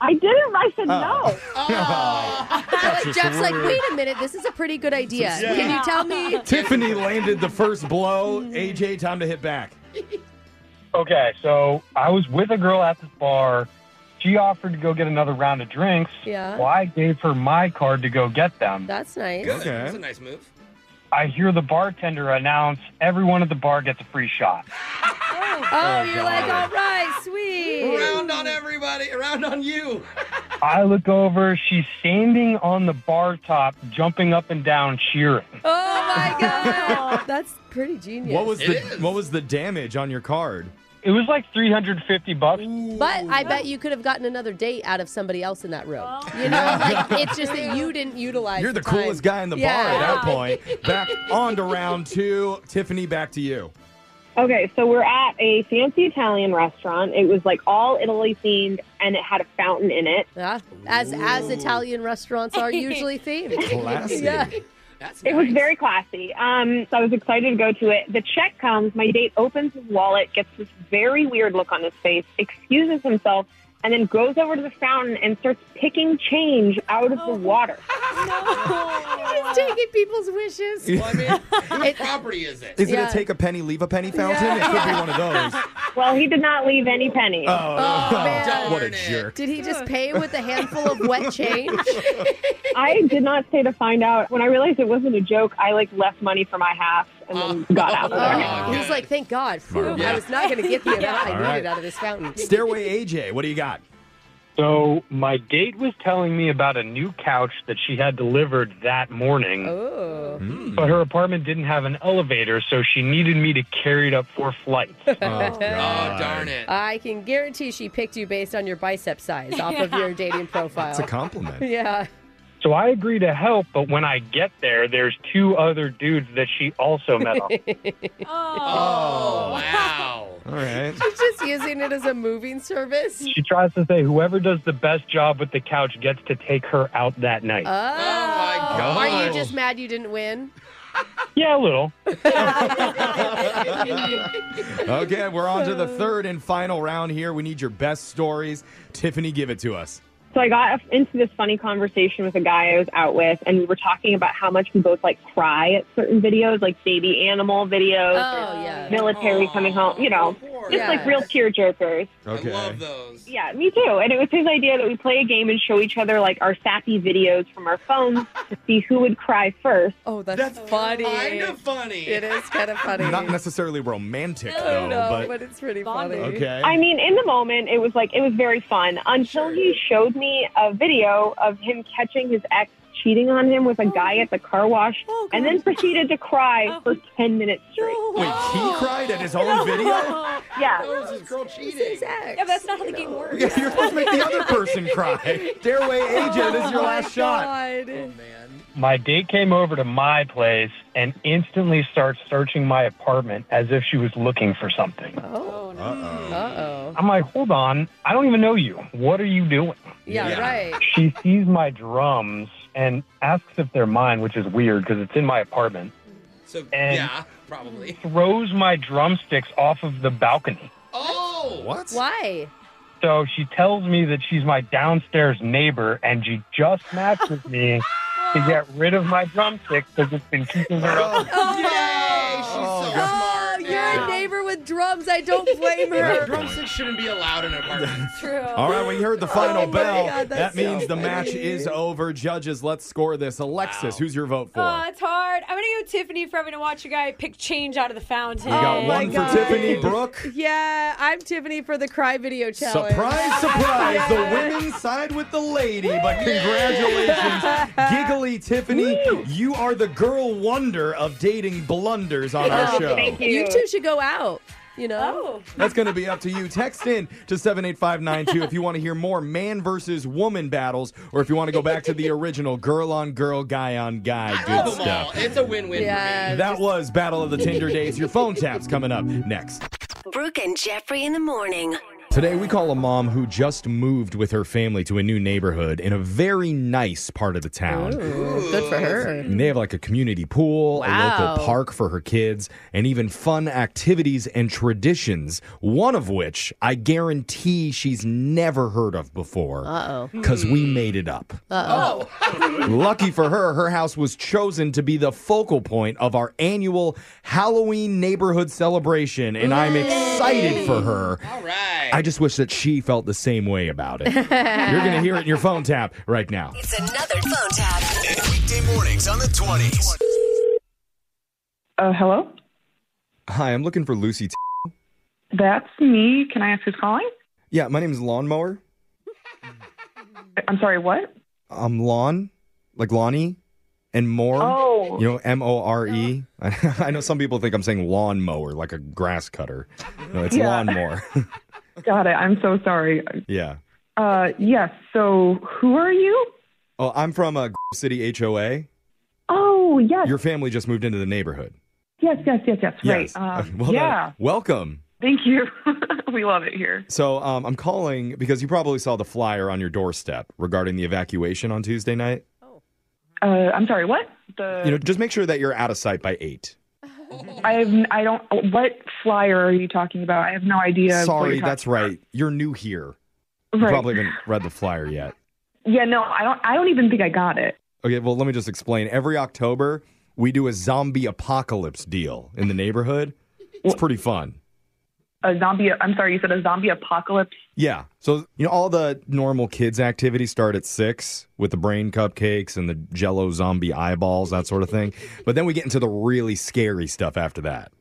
S11: I didn't. I said no.
S4: That's just
S1: Jeff's like,
S4: rude.
S1: wait a minute, this is a pretty good idea.
S3: Yeah.
S1: Can you tell me?
S4: Tiffany landed the first blow. AJ, time to hit back.
S12: Okay, so I was with a girl at this bar. She offered to go get another round of drinks.
S1: Yeah.
S12: Well, I gave her my card to go get them.
S1: That's nice.
S3: Good.
S4: Okay.
S3: That's a nice move.
S12: I hear the bartender announce everyone at the bar gets a free shot.
S1: Oh, you're like, all right, sweet.
S3: Round on everybody. Round on you.
S12: I look over, she's standing on the bar top, jumping up and down, cheering.
S1: Oh my God. That's pretty genius.
S4: What was
S3: It
S4: the
S3: is.
S4: what was the damage on your card?
S12: It was like 350 bucks.
S1: But I bet you could have gotten another date out of somebody else in that room. You know, like it's just that you didn't utilize.
S4: You're the
S1: time.
S4: coolest guy in the bar at
S1: Yeah.
S4: that point. Back on to round two. Tiffany, back to you.
S11: Okay, so we're at a fancy Italian restaurant. It was like all Italy themed, and it had a fountain in it.
S1: Yeah, as as Italian restaurants are usually themed.
S11: Mm. Classy.
S1: Yeah.
S11: it was very classy. Um, so I was excited to go to it. The check comes. My date opens his wallet, gets this very weird look on his face, excuses himself, and then goes over to the fountain and starts picking change out
S1: Oh.
S11: of the water.
S1: He's taking people's wishes.
S11: Well, I mean,
S3: Whose property is it?
S4: Is it a take a penny, leave a penny fountain? It could be one of those.
S11: Well, he did not leave any penny.
S4: Oh, what a jerk.
S1: Did he just pay with a handful of wet change?
S11: I did not stay to find out. When I realized it wasn't a joke, I like left money for my half and then got out of there.
S1: Oh, he's like, thank God. Phew,
S4: Yeah.
S1: I was not going to get the amount I
S4: All
S1: needed
S4: right.
S1: out of this fountain.
S4: Stairway AJ, what do you got?
S12: So my date was telling me about a new couch that she had delivered that morning.
S1: Oh.
S4: Hmm.
S12: But her apartment didn't have an elevator, so she needed me to carry it up four flights. oh,
S3: darn it.
S1: I can guarantee she picked you based on your bicep size off of your dating profile.
S12: That's a compliment.
S1: Yeah.
S12: So I agree to help, but when I get there, there's two other dudes that she also met up.
S1: oh.
S3: wow.
S4: All right.
S1: She's just using it as a moving service.
S12: She tries to say whoever does the best job with the couch gets to take her out that night.
S1: Oh. my
S12: God.
S1: Are you just mad you didn't win?
S12: yeah, a little.
S4: Okay, we're on to the third and final round here. We need your best stories. Tiffany, give it to us.
S11: So I got into this funny conversation with a guy I was out with, and we were talking about how much we both like cry at certain videos, like baby animal videos,
S1: Oh,
S11: or military coming home, you know, just like real tearjerkers.
S4: Okay.
S11: Yeah, me too. And it was his idea that we play a game and show each other like our sappy videos from our phones to see who would cry first.
S1: Oh, that's, funny.
S3: Kind of funny.
S1: It is kind of funny.
S4: Not necessarily romantic, though. but
S1: it's pretty funny.
S4: Okay.
S11: I mean, in the moment, it was like it was very fun until he showed me a video of him catching his ex cheating on him with a guy at the car wash, and then proceeded to cry for ten minutes straight.
S4: wait, he cried at his own video?
S11: Yeah.
S3: girl cheating.
S6: Yeah, but that's not how the game works.
S4: Yeah, You're supposed to make the other person cry. Stairway AJ, this
S1: Oh
S4: is your last shot.
S12: My date came over to my place and instantly starts searching my apartment as if she was looking for something.
S1: Oh, no. Uh-oh.
S12: I'm like, hold on, I don't even know you. What are you doing?
S1: Yeah, right.
S12: She sees my drums and asks if they're mine, which is weird because it's in my apartment.
S3: So
S12: And-
S3: yeah, probably.
S12: Throws my drumsticks off of the balcony.
S3: Oh,
S4: what?
S1: Why?
S12: So she tells me that she's my downstairs neighbor and she just matched with me to get rid of my drumsticks because it's been keeping her up.
S1: Oh,
S3: Yay, she's
S4: Oh,
S3: so smart.
S1: you're a neighbor with drums. I don't blame her.
S3: Drumsticks shouldn't be allowed in apartments.
S1: True.
S4: All right, we heard the final
S1: Oh my
S4: bell.
S1: God,
S4: that
S1: that's
S4: means
S1: so
S4: the match
S1: funny.
S4: is over. Judges, let's score this. Alexis, who's your vote for?
S6: Oh, it's hard. I'm gonna go Tiffany for having to watch a guy pick change out of the fountain.
S4: we got
S1: Oh
S4: one
S1: my God.
S4: for Tiffany Brooke.
S1: Yeah, I'm Tiffany for the cry video challenge.
S4: Surprise, surprise. The women side with the lady, but congratulations, giggly Tiffany. You are the girl wonder of dating blunders on our show.
S1: Oh, You two should go out. You know?
S4: That's going to be up to you. Text in to 78592 if you want to hear more man versus woman battles or if you want to go back to the original girl on girl, guy on guy. Good
S3: Love 'em all.
S4: stuff.
S3: It's a win-win
S1: Yeah.
S4: That was Battle of the Tinder Days. Your phone taps coming up next.
S7: Brooke and Jeffrey in the morning.
S4: Today, we call a mom who just moved with her family to a new neighborhood in a very nice part of the town.
S1: Good for her.
S4: And they have like a community pool, a
S1: Wow.
S4: local park for her kids, and even fun activities and traditions, one of which I guarantee she's never heard of before.
S1: Uh oh.
S4: Because we made it up.
S1: Uh oh.
S4: Lucky for her, her house was chosen to be the focal point of our annual Halloween neighborhood celebration, and I'm excited for her.
S3: All right.
S4: I just wish that she felt the same way about it. You're going to hear it in your phone tap right now.
S7: It's another phone tap.
S10: Weekday mornings on the 20s.
S13: Uh, hello?
S4: Hi, I'm looking for Lucy. T-
S13: That's me. Can I ask who's calling?
S4: yeah, my name is Lawnmower.
S13: I'm sorry, what?
S4: I'm Lawn, um, like Lonnie. and more.
S13: Oh.
S4: You know, M O R E. I know some people think I'm saying lawnmower, like a grass cutter. No, it's
S13: Yeah.
S4: lawnmower.
S13: Got it. I'm so sorry.
S4: yeah.
S13: Uh, yes. So, who are you?
S4: Oh, I'm from uh, City HOA.
S13: Oh, yes,
S4: Your family just moved into the neighborhood.
S13: yes, yes, yes, yes.
S4: Yes.
S13: Right. Um,
S4: Well done.
S13: yeah.
S4: Welcome.
S13: Thank you. we love it here.
S4: So um, I'm calling because you probably saw the flyer on your doorstep regarding the evacuation on Tuesday night.
S13: Uh, I'm sorry. What? The
S4: You know, just make sure that you're out of sight by eight.
S13: I have. I don't. What flyer are you talking about? I have no idea. what
S4: Sorry,
S13: you're
S4: that's right. You're new here. You
S13: Right.
S4: probably haven't read the flyer yet.
S13: talking- Yeah. No. I don't. I don't even think I got it.
S4: Okay, well, let me just explain. Every October, we do a zombie apocalypse deal in the neighborhood. It's pretty fun.
S13: A zombie. I'm sorry. You said a zombie apocalypse.
S4: Yeah. So, you know, all the normal kids' activities start at six with the brain cupcakes and the jello zombie eyeballs, that sort of thing. But then we get into the really scary stuff after that.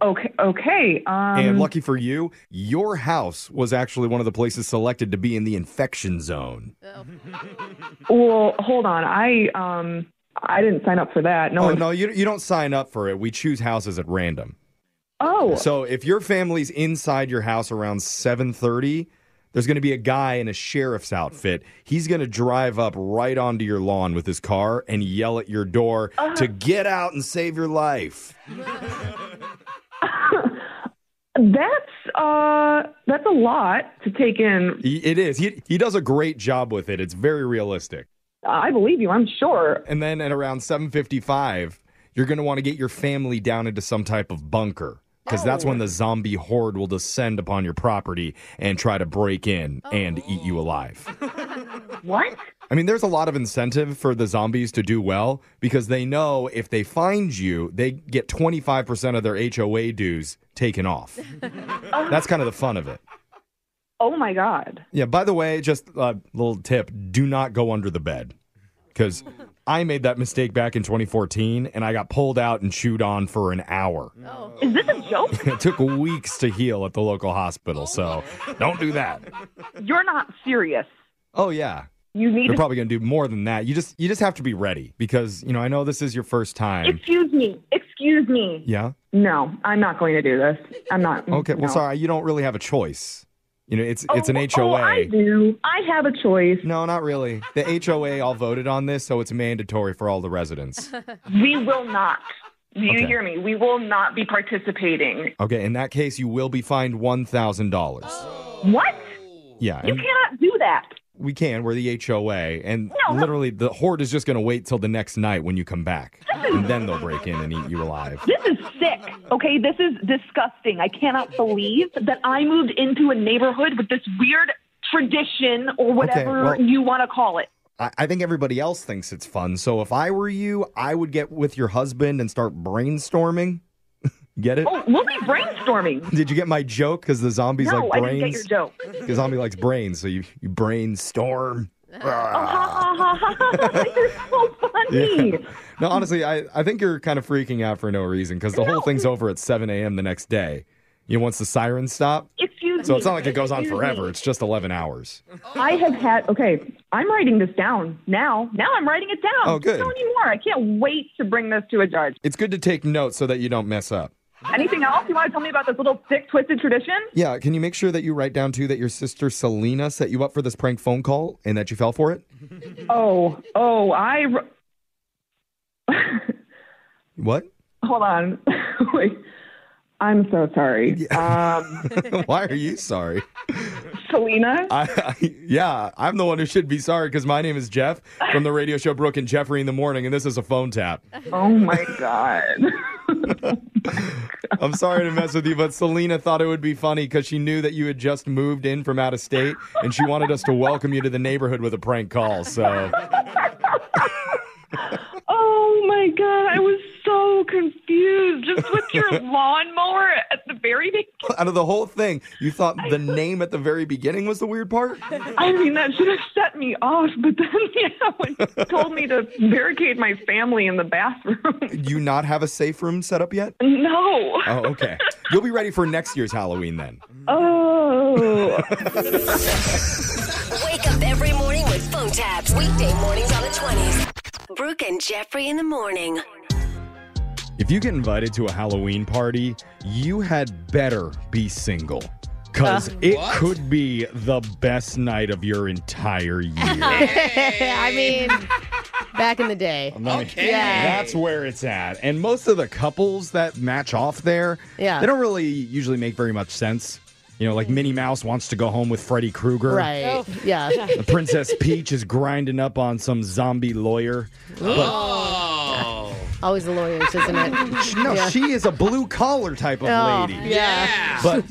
S13: Okay. Okay. Um,
S4: and lucky for you, your house was actually one of the places selected to be in the infection zone.
S13: Well, hold on. I um. I didn't sign up for that. No.
S4: oh,
S13: one-
S4: no, you, you don't sign up for it. We choose houses at random.
S13: Oh.
S4: So if your family's inside your house around 7:30, there's going to be a guy in a sheriff's outfit. He's going to drive up right onto your lawn with his car and yell at your door
S13: Uh-huh.
S4: to get out and save your life.
S13: That's uh. That's a lot to take in.
S4: He- It is. He he does a great job with it. It's very realistic.
S13: I believe you. I'm sure.
S4: And then at around 7:55, you're going to want to get your family down into some type of bunker. Because that's
S13: Oh.
S4: when the zombie horde will descend upon your property and try to break in and eat you alive.
S13: What?
S4: I mean, there's a lot of incentive for the zombies to do well because they know if they find you, they get 25% of their HOA dues taken off. That's kind of the fun of it.
S13: uh, Oh my God.
S4: Yeah, by the way, just a little tip do not go under the bed because I made that mistake back in 2014 and I got pulled out and chewed on for an hour.
S13: Is this a joke?
S4: it took weeks to heal at the local hospital, so don't do that.
S13: You're not serious.
S4: Oh, yeah.
S13: You need
S4: They're
S13: to
S4: probably going to do more than that. You just you just have to be ready because you know I know this is your first time.
S13: Excuse me. Excuse me.
S4: Yeah.
S13: No, I'm not going to do this. I'm not.
S4: Okay. Well,
S13: no.
S4: sorry, you don't really have a choice. You know, it's it's an HOA.
S13: Oh, I do. I have a choice.
S4: No, not really. The HOA all voted on this, so it's mandatory for all the residents.
S13: We will not. Do you
S4: Okay.
S13: hear me? We will not be participating.
S4: Okay, in that case, you will be fined one thousand dollars.
S13: What?
S4: Yeah,
S13: Oh. You
S4: and
S13: cannot do that.
S4: we can. We're the HOA, and
S13: No, no.
S4: literally, the horde is just going to wait till the next night when you come back, and then they'll break in and eat you alive.
S13: This is sick. Okay, this is disgusting. I cannot believe that I moved into a neighborhood with this weird tradition or whatever
S4: well-
S13: you want to call it.
S4: I, I think everybody else thinks it's fun. So if I were you, I would get with your husband and start brainstorming. get it?
S13: Oh, we'll be brainstorming.
S4: Did you get my joke? Because the zombies
S13: no,
S4: like
S13: I didn't get your
S4: brains.
S13: joke.
S4: The zombie likes brains, so you, you brainstorm.
S13: Ha, ha, ha, ha, ha. You're so funny.
S4: Yeah. No, honestly, I, I think you're kind of freaking out for no reason because the whole thing's over at 7 a.m. the next day. You know, once the sirens stop.
S13: Excuse
S4: So
S13: me.
S4: it's not like it goes on
S13: Excuse
S4: forever.
S13: me.
S4: It's just 11 hours.
S13: I have had. Okay, I'm writing this down now. Now I'm writing it down.
S4: Oh, good.
S13: No anymore. I can't wait to bring this to a judge.
S4: It's good to take notes so that you don't mess up.
S13: Anything else you want to tell me about this little thick, twisted tradition?
S4: Yeah, can you make sure that you write down too that your sister Selena set you up for this prank phone call and that you fell for it?
S13: Oh, oh, I. wr-
S4: What?
S13: Hold on. Wait. I'm so sorry. Um,
S4: Why are you sorry?
S13: Selena?
S4: I, I, yeah, I'm the one who should be sorry because my name is Jeff from the radio show Brooke and Jeffrey in the Morning, and this is a phone tap.
S13: Oh, my God.
S4: I'm sorry to mess with you, but Selena thought it would be funny because she knew that you had just moved in from out of state, and she wanted us to welcome you to the neighborhood with a prank call. So,
S13: Oh, my God. I was so confused just with your lawnmower at the very beginning.
S4: out of the whole thing, you thought the name at the very beginning was the weird part?
S13: I mean, that should have set me off, but then, yeah, when you told me to barricade my family in the bathroom.
S4: Do you not have a safe room set up yet?
S13: No.
S4: Oh, okay. You'll be ready for next year's Halloween then.
S13: Oh.
S7: Wake up every morning with phone taps. Weekday mornings on the 20s. Brooke and Jeffrey in the morning.
S4: If you get invited to a Halloween party, you had better be single. Because
S1: Uh,
S4: it
S1: what?
S4: could be the best night of your entire year.
S1: I mean, back in the day.
S4: Okay.
S1: Yeah.
S4: That's where it's at. And most of the couples that match off there,
S1: Yeah. Mm.
S4: they don't really usually make very much sense. You know, like Minnie Mouse wants to go home with Freddy Krueger. Oh.
S1: Right. Yeah.
S4: The Princess Peach is grinding up on some zombie lawyer. But
S1: Oh. Always the lawyers, isn't it?
S4: no,
S1: Yeah.
S4: she is a blue collar type of
S1: Oh,
S4: lady.
S1: Yeah.
S4: But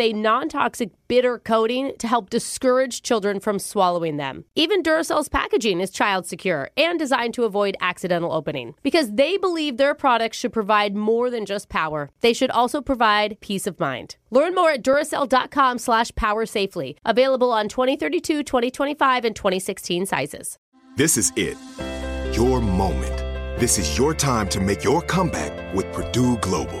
S1: a non toxic bitter coating to help discourage children from swallowing them. Even Duracell's packaging is child secure and designed to avoid accidental opening because they believe their products should provide more than just power. They should also provide peace of mind. Learn more at Duracell.com slash power safely. Available on 2032, 2025, and 2016 sizes.
S9: This is it. Your moment. This is your time to make your comeback with Purdue Global.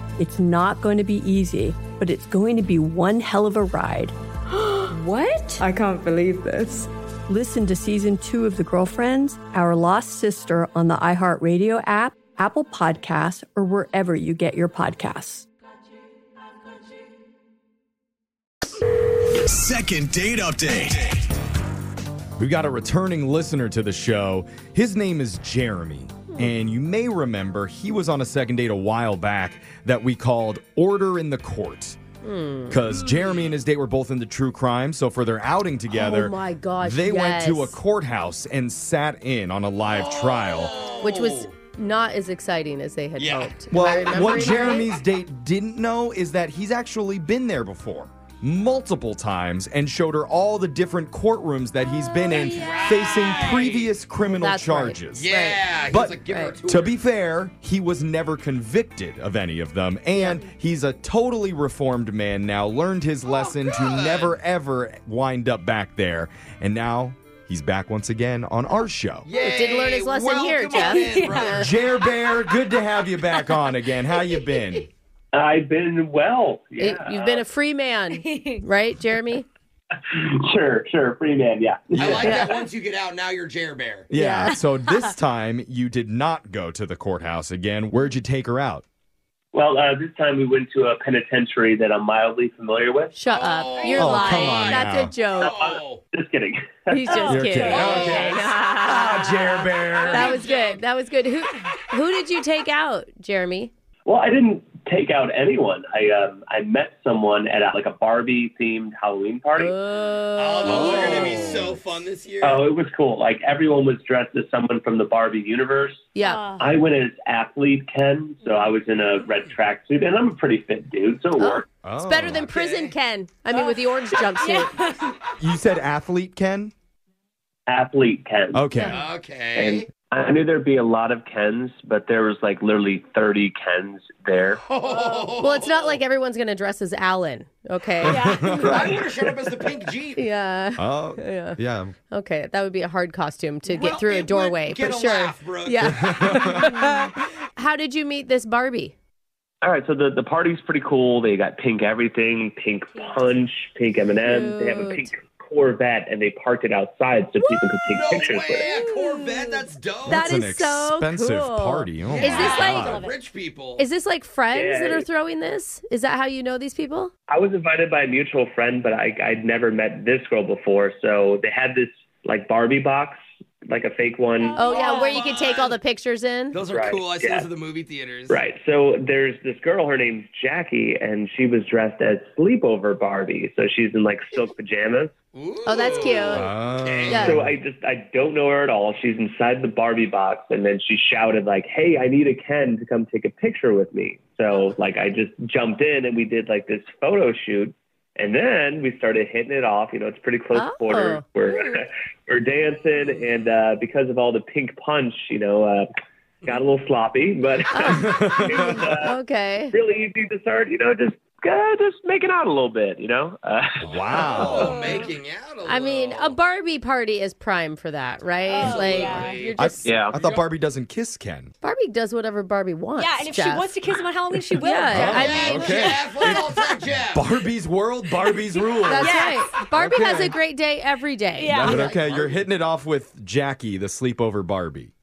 S14: It's not going to be easy, but it's going to be one hell of a ride. what? I can't believe this. Listen to season two of The Girlfriends, Our Lost Sister on the iHeartRadio app, Apple Podcasts, or wherever you get your podcasts.
S10: Second date update.
S4: We've got a returning listener to the show. His name is Jeremy.
S1: Hmm.
S4: And you may remember he was on a second date a while back that we called Order in the Court.
S1: Hmm.
S4: Because Jeremy and his date were both into true crime. So for their outing together,
S1: Oh my gosh,
S4: they went to a
S1: yes.
S4: courthouse and sat in on a live trial.
S1: which was
S15: Oh.
S1: not as exciting as they had hoped. Am I
S4: Well,
S1: remembering
S4: what
S1: that
S4: Jeremy's
S1: right?
S4: date didn't know is that he's actually been there before multiple times and showed her all the different courtrooms that he's been
S3: Oh,
S4: in facing previous criminal charges.
S3: Yeah,
S4: But
S3: he's like, give her a tour.
S4: to be fair, he was never convicted of any of them, and he's a totally reformed man now, learned
S3: Oh,
S4: his lesson to never ever wind up back there, and now hehe's back once again on our show.
S1: Ooh, didn't learn his lesson here, Jeff. Yeah.
S4: Jer Bear, good to have you back on again. How you been?
S15: I've been well.
S1: You- You've been a free man, right, Jeremy?
S15: Sure, sure. Free man, yeah.
S3: I like that once you get out, now you're Jer Bear.
S4: Yeah. so this time you did not go to the courthouse again. Where'd you take her out?
S15: Well, uh, this time we went to a penitentiary that I'm mildly familiar with.
S1: Shut up. You're
S15: Oh, come
S1: lying.
S15: on
S1: That's a joke.
S15: Just kidding.
S1: He's just
S15: You're
S1: kidding.
S15: kidding. Okay.
S1: Ah,
S4: Jer Bear.
S1: That was good. That was good. Who who did you take out, Jeremy?
S15: Well, I didn't take out anyone. I um, I met someone at a, like a Barbie themed Halloween party.
S3: Oh, those are gonna be so fun this year.
S15: Oh, it was cool. Like everyone was dressed as someone from the Barbie universe.
S1: Yeah.
S15: I went as athlete Ken, so I was in a red tracksuit, and I'm a pretty fit dude, so it worked.
S1: Oh. It's better than prison Ken. I mean, with the orange jumpsuit.
S4: You said athlete Ken?
S15: Athlete Ken.
S4: Okay.
S3: Okay.
S15: And I knew there'd be a lot of Kens, but there was like literally 30 Kens there.
S1: Well, it's not like everyone's going to dress as Alan, okay? Yeah.
S3: I would have showed up as the pink Jeep.
S1: Yeah.
S4: Oh,
S1: yeah.
S4: yeah.
S1: Okay, that would be a hard costume to
S3: Well,
S1: get through
S3: it
S1: a
S3: would
S1: doorway
S3: get
S1: for
S3: a
S1: sure.
S3: laugh, Brooke.
S1: Yeah. How did you meet this Barbie?
S15: All right, so the, the party's pretty cool. They got pink everything, pink punch, pink M&Ms. They have a pink Corvette, and they parked it outside so people could take pictures with it.
S3: Corvette, that's dope.
S1: That
S15: That's an
S1: is so
S15: expensive
S1: cool.
S15: party. Oh
S1: is
S15: my
S1: this
S15: God.
S1: like
S3: rich people?
S1: Is this like friends that
S15: Yeah.
S1: are throwing this? Is that how you know these people?
S15: I was invited by a mutual friend, but I, I'd never met this girl before. So they had this like Barbie box, like a fake one.
S1: Oh yeah, where you could take all the pictures in.
S3: Those are
S15: Right,
S3: cool. I see
S15: yeah.
S3: those at the movie theaters.
S15: Right. So there's this girl, her name's Jackie, and she was dressed as sleepover Barbie. So she's in like silk pajamas.
S1: Oh, that's cute. Yeah.
S15: So I just I don't know her at all. She's inside the Barbie box and then she shouted like, "Hey, I need a Ken to come take a picture with me." So like I just jumped in and we did like this photo shoot and then we started hitting it off. You know, it's pretty close
S16: Oh.
S15: quarters. We're we're dancing and uh because of all the pink punch, you know, uh got a little sloppy, but
S1: okay.
S15: really easy to start, you know, just uh, just making out a little bit, you know. Uh,
S4: wow.
S3: making
S1: I mean, a Barbie party is prime for that,
S3: Oh,
S1: right? like you're
S4: I,
S1: just
S4: I thought Barbie doesn't kiss Ken.
S1: Barbie does whatever Barbie wants.
S6: Yeah, and if she
S1: Jeff.
S6: wants to kiss him on Halloween, she will.
S1: Yeah, I mean,
S4: Barbie's world, Barbie's rules.
S1: That's right. Barbie has
S4: Okay.
S1: a great day every day.
S4: But okay, you're hitting it off with Jackie, the sleepover Barbie.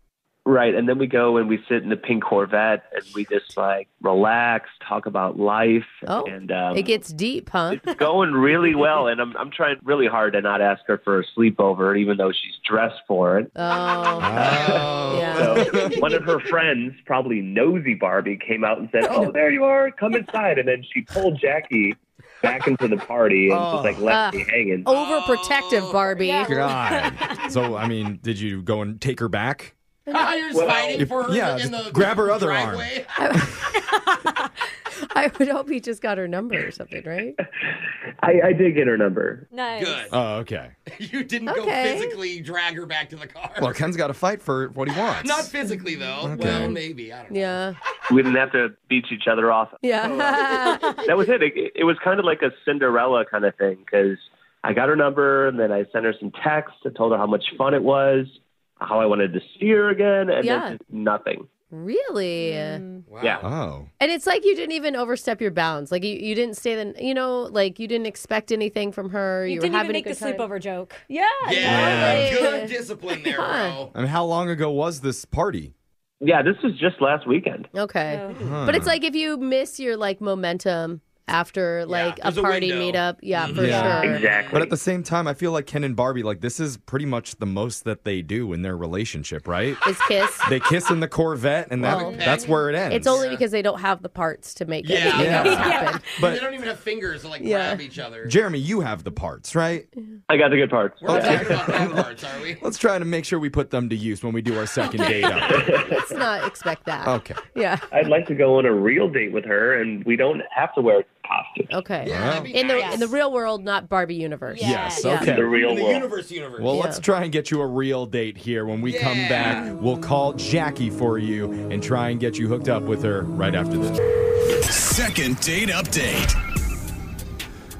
S15: Right, and then we go and we sit in the pink Corvette and we just like relax, talk about life,
S1: Oh,
S15: and um,
S1: it gets deep, huh?
S15: going really well. And I'm I'm trying really hard to not ask her for a sleepover, even though she's dressed for it.
S1: Oh.
S15: Ah. So one of her friends, probably nosy Barbie, came out and said, "Oh, there you are, come inside." And then she pulled Jackie back into the party and
S4: Oh.
S15: just like left me
S4: Uh.
S1: Ugh.
S15: hanging.
S1: Oh. Uh, Overprotective Barbie.
S4: God. so, I mean, did you go and take her back?
S3: Ah, you're
S4: Well-
S3: fighting for her
S4: Yeah,
S3: in
S4: just
S3: the
S4: grab her other
S3: driveway.
S1: I would hope he just got her number or something, right?
S15: I, I did get her number.
S1: Nice.
S3: Good.
S4: Oh, okay.
S3: You didn't
S1: Okay.
S3: go physically drag her back to the car.
S4: Well, Ken's got to fight for what he wants.
S3: Not physically though.
S4: Okay.
S3: Well, maybe I don't.
S1: Yeah.
S15: We didn't have to beat each other off.
S1: Yeah.
S15: that was it. it. It was kind of like a Cinderella kind of thing because I got her number and then I sent her some texts. I told her how much fun it was, how I wanted to see her again, and
S1: Yeah.
S15: then just nothing.
S1: really?
S15: Yeah.
S4: Oh.
S1: And it's like you didn't even overstep your bounds. Like you, you didn't stay the, you know, like you didn't expect anything from her. You,
S6: You
S1: were
S6: didn't
S1: having
S6: even
S1: a
S6: make the
S1: good time.
S6: sleepover joke.
S1: Yeah.
S3: Yeah.
S1: Totally.
S3: Good discipline there, bro.
S4: I mean, how long ago was this party?
S15: Yeah, this was just last weekend.
S1: Okay.
S4: Huh.
S1: But it's like if you miss your like momentum after like
S4: there's
S1: a
S4: a
S1: party
S4: window. Mm-hmm.
S1: meetup. Yeah, for sure.
S4: But at the same time, I feel like Ken and Barbie, like this is pretty much the most that they do in their relationship, right?
S1: Is kiss.
S4: they kiss in the Corvette, and that,
S1: Well,
S4: that's where it ends.
S1: It's only because they don't have the parts to make it.
S4: Yeah. Yeah.
S1: happen.
S4: But-
S3: they don't even have fingers to like
S1: Yeah.
S3: grab each other.
S4: Jeremy, you have the parts, right?
S15: I got the good parts.
S3: We're talking about bad parts, are we?
S4: Let's try to make sure we put them to use when we do our second date. up.
S1: Let's not expect that.
S4: Okay.
S1: Yeah.
S15: I'd like to go on a real date with her, and we don't have to wear costumes.
S1: Okay. in the in the real world, not Barbie universe.
S4: Yes,
S1: Yeah.
S4: okay.
S15: The real In the world.
S3: universe, universe.
S4: Well,
S1: Yeah.
S4: let's try and get you a real date here. When we come back, we'll call Jackie for you and try and get you hooked up with her right after this.
S10: Second date update.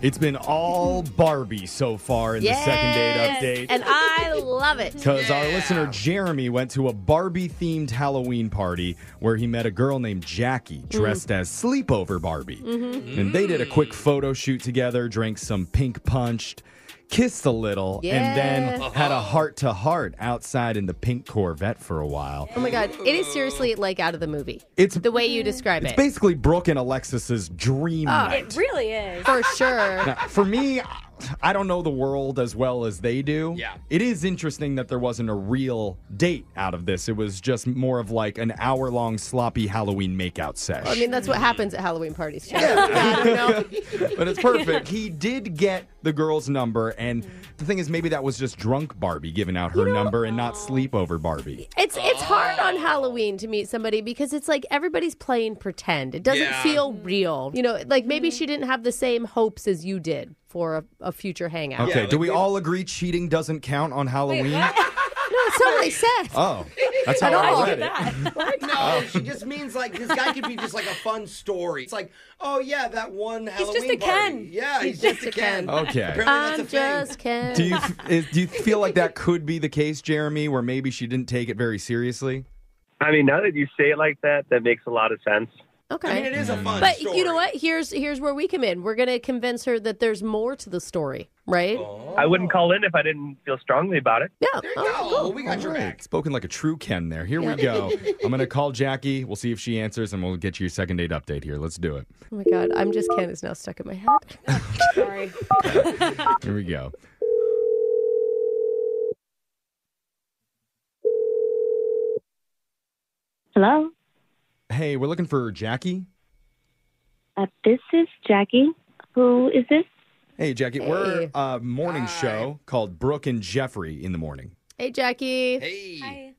S4: It's been all Barbie so far in the second date update.
S1: And I love it.
S4: Because our listener Jeremy went to a Barbie themed Halloween party where he met a girl named Jackie dressed as Sleepover Barbie.
S1: Mhm.
S4: And they did a quick photo shoot together, drank some pink punched, kissed a little, and
S1: Yeah.
S4: then had a heart to heart outside in the pink Corvette for a while.
S1: Oh my god, it is seriously like out of the movie.
S4: It's
S1: the way you describe
S4: It's
S1: it.
S4: basically Brooke and Alexis's dream
S1: Oh,
S4: night.
S1: really is for sure.
S4: Now, for me, I don't know the world as well as they do. Yeah. It is interesting that there wasn't a real date out of this. It was just more of like an hour long sloppy Halloween makeout sesh.
S1: I mean, that's what happens at Halloween parties. Too.
S4: but it's perfect. He did get the girl's number. And the thing is, maybe that was just drunk Barbie giving out her number and not sleepover Barbie.
S1: It's it's hard on Halloween to meet somebody because it's like everybody's playing pretend. It doesn't
S4: Yeah.
S1: feel real. You know, like maybe she didn't have the same hopes as you did for a, a future hangout.
S4: Okay, do we all agree cheating doesn't count on Halloween?
S1: No, it's not what I said.
S4: Oh, that's
S1: At
S4: how
S1: all.
S4: I read it.
S3: no,
S4: Oh.
S3: she just means like this guy could be just like a fun story. It's like, oh yeah, that one
S6: just
S3: Halloween
S6: a Ken.
S3: party. Yeah, he's,
S6: He's
S3: just, a Ken.
S4: Okay.
S3: Apparently that's a
S1: I'm
S3: thing.
S1: just Ken.
S4: Do you is, do you feel like that could be the case, Jeremy, where maybe she didn't take it very seriously?
S15: I mean, now that you say it like that, that makes a lot of sense.
S1: Okay.
S15: I mean, it is a fun
S1: But
S15: story.
S1: you know what? Here's here's where we come in. We're gonna convince her that there's more to the story, right? Oh
S15: I wouldn't call in if I didn't feel strongly about it.
S1: Yeah. Oh, cool.
S4: All right. Spoken like a true Ken there. Here
S1: Yeah.
S4: we go. I'm going to call Jackie. We'll see if she answers and we'll get you your second date update here. Let's do it.
S1: Oh my god, I'm just Ken is now stuck in my head. Sorry.
S4: Here we go.
S16: Hello,
S4: Hey, we're looking for Jackie.
S16: uh, this is Jackie. Who is this?
S4: Hey, Jackie. We're a morning show called Brooke and Jeffrey in the morning.
S1: Hey Jackie. Hey.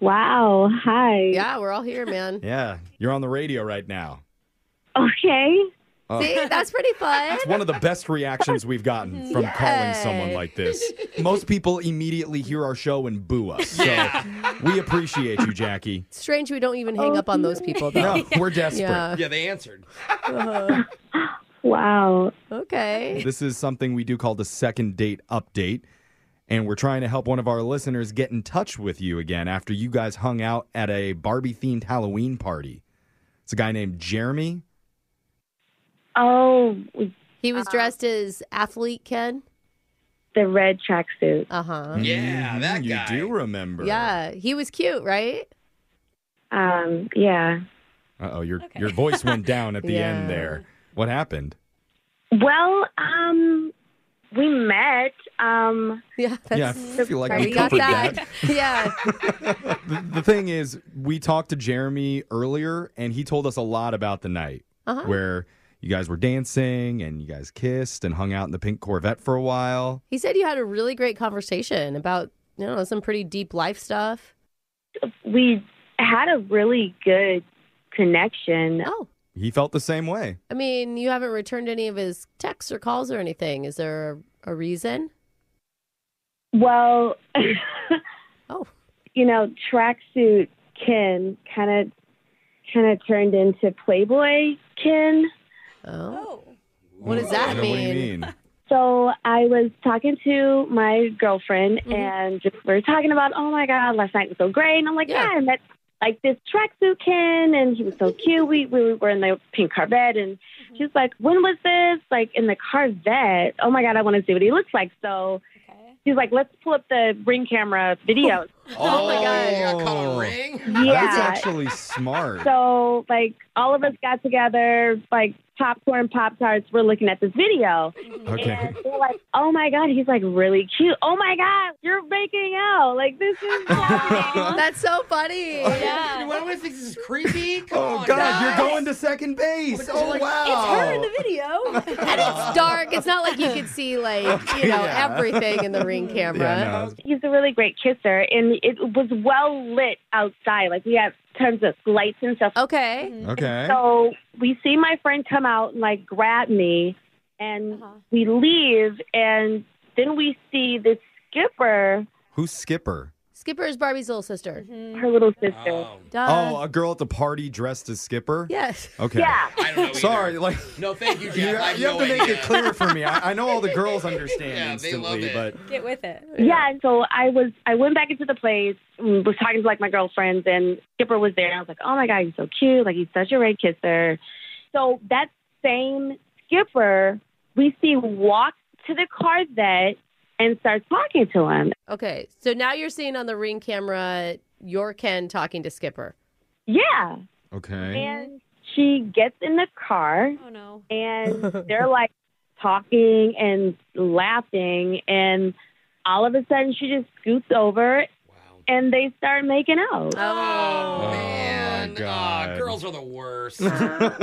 S16: Wow, hi.
S1: Yeah, we're all here, man.
S4: Yeah, you're on the radio right now.
S16: Okay.
S4: Oh.
S1: See, that's pretty fun.
S4: It's one of the best reactions we've gotten from calling someone like this. Most people immediately hear our show and boo us. So we appreciate you, Jackie.
S1: Strange we don't even hang up on those people though.
S4: No, we're desperate.
S1: Yeah.
S3: they answered.
S1: Uh-huh.
S16: Wow.
S1: Okay.
S4: This is something we do called the second date update. And we're trying to help one of our listeners get in touch with you again after you guys hung out at a Barbie themed Halloween party. It's a guy named Jeremy.
S16: Oh,
S1: He was dressed as athlete Ken.
S16: the red tracksuit.
S1: Uh huh.
S4: Yeah, that guy. Mm-hmm. You do remember.
S1: Yeah, he was cute, right?
S16: Um, yeah.
S4: Uh oh, your your voice went down at the end there. What happened?
S16: Well, um, we met. Um,
S1: yeah,
S4: Yeah, I feel like we covered that.
S1: yeah.
S4: The, the thing is, we talked to Jeremy earlier, and he told us a lot about the night
S1: Uh-huh.
S4: where you guys were dancing and you guys kissed and hung out in the pink Corvette for a while.
S1: He said you had a really great conversation about, you know, some pretty deep life stuff.
S16: We had a really good connection.
S1: Oh.
S4: He felt the same way.
S1: I mean, you haven't returned any of his texts or calls or anything. Is there a, a reason?
S16: Well,
S1: oh,
S16: you know, tracksuit Ken kind of kind of turned into Playboy Ken.
S1: Oh, what does that
S4: I know, what do you mean?
S16: So I was talking to my girlfriend,
S1: Mm-hmm.
S16: and just, we were talking about, oh my god, last night was so great. And I'm like, yeah, I met like this tracksuit Ken, and he was so cute. We we were in the pink Corvette, and
S1: Mm-hmm.
S16: she's like, when was this? Like in the Corvette? Oh my god, I want to see what he looks like. So she's like, let's pull up the ring camera video.
S1: Oh my God.
S4: Oh. That's
S16: Yeah.
S4: actually smart.
S16: So like all of us got together, like popcorn, pop tarts. We're looking at this video.
S4: okay.
S16: We're like, oh my god, he's like really cute. Oh my god, you're making out. Like this is
S1: that's so funny.
S3: Oh, Yeah. One always thinks this is creepy. Come
S4: Oh,
S3: on,
S4: God,
S3: guys.
S4: you're going to second base.
S3: But
S4: Oh,
S3: you're like,
S4: wow.
S3: "It's her in the
S1: video. and it's dark. It's not like you could see like
S4: Okay,
S1: you know
S4: yeah.
S1: everything in the ring camera.
S16: He's a really great kisser, and it was well lit outside. Like we have tons of lights and stuff.
S1: Okay.
S4: Okay.
S16: So we see my friend come out and like grab me, and
S1: Uh-huh.
S16: we leave, and then we see this skipper,
S4: Who's Skipper?
S1: Skipper is Barbie's little sister.
S16: her little sister.
S4: Oh, a girl at the party dressed as Skipper?
S1: Yes.
S4: Okay.
S16: Uh, Yeah.
S3: I don't know either.
S4: Sorry, like
S3: No, thank you, Jeff.
S4: you,
S3: I have
S4: you have
S3: no
S4: to make
S3: idea.
S4: it clear for me. I, I know all the girls understand
S3: Yeah, they love
S4: instantly, but
S6: Get with it.
S16: Yeah, and so I was I went back into the place, mm, was talking to like my girlfriends, and Skipper was there. And I was like, oh my god, he's so cute! Like he's such a great kisser. So that same Skipper we see walk to the car set and starts talking to him.
S1: Okay. So now you're seeing on the ring camera your Ken talking to Skipper.
S16: Yeah,
S4: okay.
S16: and she gets in the car.
S6: Oh no!
S16: And they're like talking and laughing, and all of a sudden she just scoots over. And they start making out.
S1: Oh,
S3: man. Aw, girls are the worst. right?
S1: Yeah,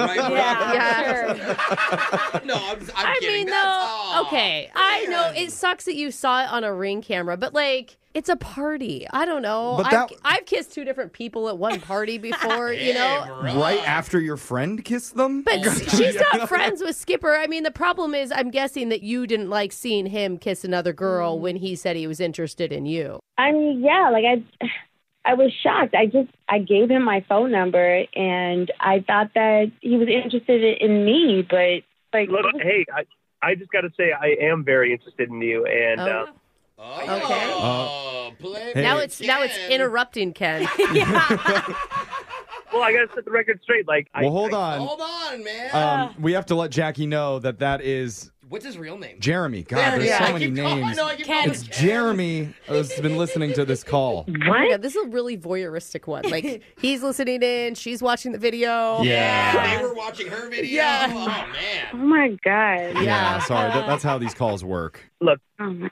S3: no, I'm, I'm
S1: I
S3: kidding.
S1: mean,
S3: That's-
S1: though, okay, I know it sucks that you saw it on a ring camera, but like, it's a party. I don't know.
S4: But
S1: I've,
S4: that-
S1: I've kissed two different people at one party before, you know.
S4: Right after your friend kissed them? Oh
S1: But she's not friends with Skipper. I mean, the problem is, I'm guessing that you didn't like seeing him kiss another girl
S3: Hmm.
S1: when he said he was interested in you.
S16: I mean, yeah, like I, I was shocked. I just I gave him my phone number, and I thought that he was interested in me, but like
S15: Look, hey, I, I just got to say I am very interested in you, and
S1: Oh.
S15: um,
S1: Okay.
S3: Oh, play
S1: Now it's now it's interrupting Ken.
S15: well, I got to set the record straight. Like, I,
S4: Well, hold on.
S3: Hold on, man.
S4: Um, we have to let Jackie know that that is
S3: What's his real name?
S4: Jeremy. God,
S3: There it
S4: there's
S3: is.
S4: so
S3: I
S4: many
S3: keep calling-
S4: names.
S3: no, I keep calling
S4: it's Jeremy who's been listening to this call.
S1: Oh my God, this is a really voyeuristic one. Like he's listening in, she's watching the video.
S4: Yeah.
S3: They were watching her video.
S1: Oh, Yeah.
S3: Oh man.
S16: oh my god,
S4: Yeah, sorry. that- that's how these calls work.
S15: look,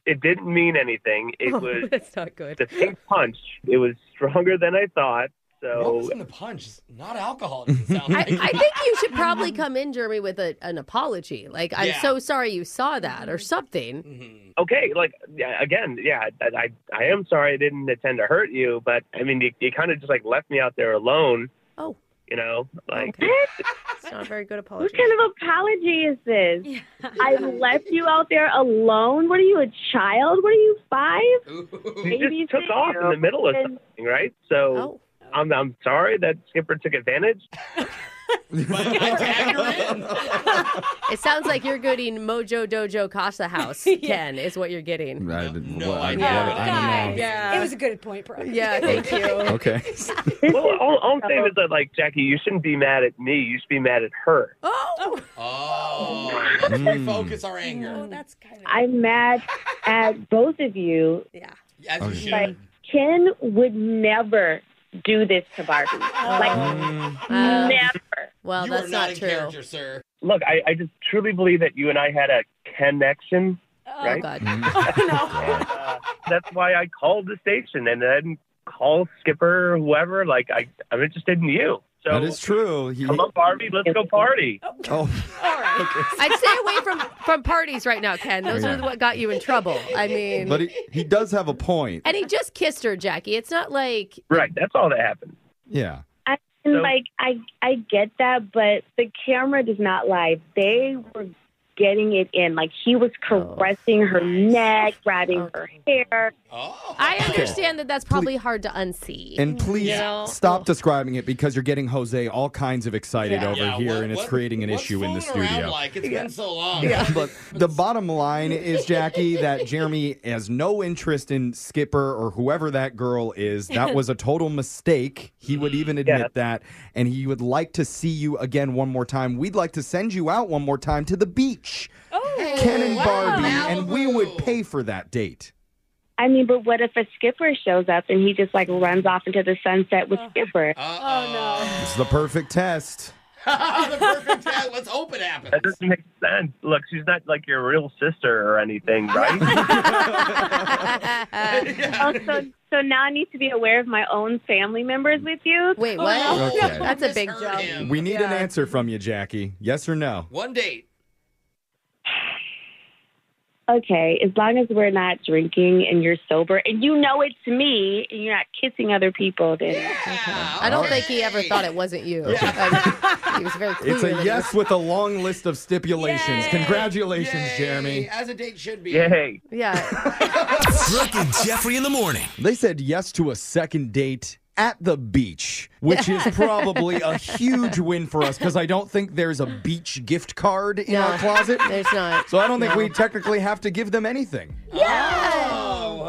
S15: it didn't mean anything. It was
S1: Oh that's not good.
S15: the pink punch. It was stronger than I thought.
S3: What was
S15: So
S3: in the punch? It's Not alcohol. It doesn't sound
S1: I, I
S3: like.
S1: think you should probably come in, Jeremy, with a, an apology. Like, I'm
S15: Yeah.
S1: so sorry you saw that or something.
S15: okay, like yeah, again, yeah, I I I am sorry I didn't intend to hurt you, but I mean you, you kind of just like left me out there alone.
S1: Oh.
S15: You know, like
S1: It's not a very good apology.
S16: what kind of apology is this? I left you out there alone. What are you, a child? What are you five?
S15: you just took off in the middle of something, right?
S1: Oh.
S15: So I'm I'm sorry that Skipper took advantage.
S4: Mm-hmm.
S1: It sounds like you're getting Mojo Dojo Casa House, Ken, is what you're getting.
S4: I didn't- what- I-
S1: idea.
S4: what- I don't know.
S1: Yeah.
S6: Oh, It was a good point, bro.
S1: Yeah, thank you.
S4: Okay.
S15: well, all, all I'm saying is that like Jackie, you shouldn't be mad at me. You should be mad at her.
S1: Oh.
S3: Oh, let's
S4: Mm.
S3: refocus our anger.
S6: that's
S16: I'm mad at both of you.
S6: Yeah.
S3: As you should.
S16: Like Ken would never do this to Barbie.
S1: Oh.
S16: Like
S15: Mm.
S16: never.
S1: Well,
S3: you
S1: that's
S3: are
S1: not,
S3: not in
S1: true.
S3: character, sir.
S15: Look, I, I just truly believe that you and I had a connection.
S1: Oh,
S15: right?
S1: God.
S4: Mm-hmm.
S15: Uh, that's why I called the station and then call Skipper or whoever. Like I, I'm interested in you. So
S4: that is true. He-
S15: come on, Barbie, let's go party.
S4: Oh,
S1: I'd stay away from, from parties right now, Ken. Those
S4: Yeah.
S1: are what got you in trouble. I mean,
S4: but he, he does have a point.
S1: and he just kissed her, Jackie. It's not like
S15: Right, that's all that happened.
S4: Yeah.
S16: I mean,
S15: So-
S16: like I I get that, but the camera does not lie. They were getting it in. Like he was
S1: Oh,
S16: caressing her neck, grabbing her hair.
S4: Oh.
S1: I understand that that's probably hard to unsee.
S4: And please
S1: You know?
S4: stop describing it because you're getting Jose all kinds of excited
S1: Yeah.
S4: over
S1: Yeah,
S4: here
S1: what-
S4: and it's
S1: what-
S4: creating an issue in the studio.
S3: Like it's been so long.
S4: but the bottom line is, Jackie, that Jeremy has no interest in Skipper or whoever that girl is. That was a total mistake. He would even admit that. And he would like to see you again one more time. We'd like to send you out one more time
S1: Oh.
S4: to the beach, Ken and Barbie, and we would pay for that date.
S16: I mean, but what if a skipper shows up and he just like runs off into the sunset
S1: Oh.
S16: with Skipper?
S3: Uh,
S4: It's the perfect test.
S3: the perfect test. Let's hope it happens.
S15: That doesn't make sense. Look, she's not like your real sister or anything, right?
S16: Oh, so, so now I need to be aware of my own family members with you.
S1: Wait,
S4: what? Okay.
S1: That's a big jump.
S4: We need an answer from you, Jackie. Yes or no?
S3: One date.
S16: Okay, as long as we're not drinking and you're sober and you know it's me and you're not kissing other people, then
S1: I don't think he ever thought it wasn't you. Like, he was very clear.
S4: It's a
S1: that-
S4: yes with a long list of stipulations. Congratulations, Jeremy.
S3: As a date should be.
S4: Yay.
S1: Yeah.
S10: Brooke and Jeffrey in the morning.
S4: They said yes to a second date at the beach, which is probably a huge win for us because I don't think there's a beach gift card in our closet.
S1: There's not.
S4: So I don't think
S1: No.
S4: we technically have to give them anything.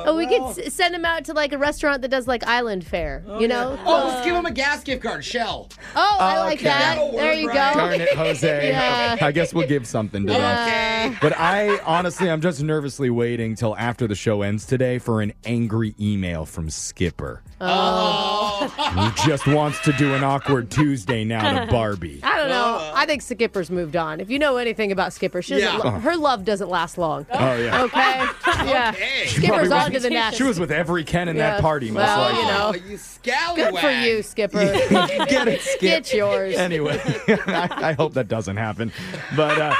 S1: Oh, we could s- send him out to like a restaurant that does like island fare. you know?
S3: Oh, let's give him a gas gift card, Shell.
S1: Oh, I like that.
S3: That'll work,
S1: There you go.
S3: right?
S4: Darn it, Jose.
S1: Yeah.
S4: I guess we'll give something to them. But I honestly, I'm just nervously waiting till after the show ends today for an angry email from Skipper.
S1: oh.
S4: Who just wants to do an awkward Tuesday now to Barbie.
S1: I don't know. I think Skipper's moved on. If you know anything about Skipper, she doesn't
S4: Yeah.
S1: lo- her love doesn't last long.
S4: Uh-huh. Oh, yeah.
S1: Okay. yeah.
S4: She probably
S1: Skipper's
S4: was-
S1: on to the next.
S4: She was with every Ken in
S1: Yeah.
S4: that party, most
S1: well,
S4: likely.
S1: you know. Good for you, Skipper.
S4: Get it, Skip.
S1: Get yours.
S4: Anyway, I, I hope that doesn't happen. But uh,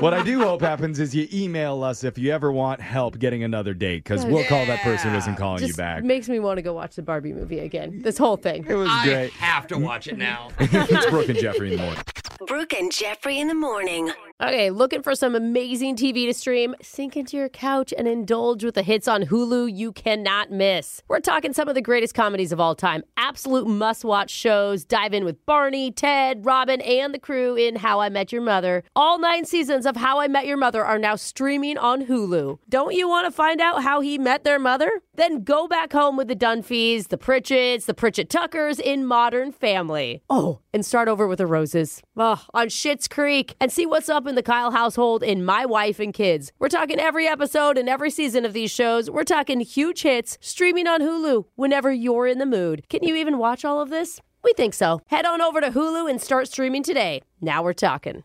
S4: what I do hope happens is you email us if you ever want help getting another date because we'll call that person who isn't calling you
S1: Just
S4: back.
S1: makes me want to go watch the Barbie movie again. This whole thing. It
S4: was I great.
S3: have to watch it now.
S4: it's Brooke and Jeffrey in the morning.
S7: Brooke and Jeffrey in the morning.
S1: Okay, looking for some amazing TV to stream? Sink into your couch and indulge with the hits on Hulu you cannot miss. We're talking some of the greatest comedies of all time, absolute must watch shows. Dive in with Barney, Ted, Robin, and the crew in How I Met Your Mother. All nine seasons of How I Met Your Mother are now streaming on Hulu. Don't you want to find out how he met their mother? Then go back home with the Dunphys, the Pritchett's, the Pritchett Tuckers in Modern Family. Oh, and start over with the Roses. Ugh, on Schitt's Creek and see what's up in the Kyle household in My Wife and Kids. We're talking every episode and every season of these shows. We're talking huge hits streaming on Hulu whenever you're in the mood. Can you even watch all of this? We think so. Head on over to Hulu and start streaming today. Now we're talking.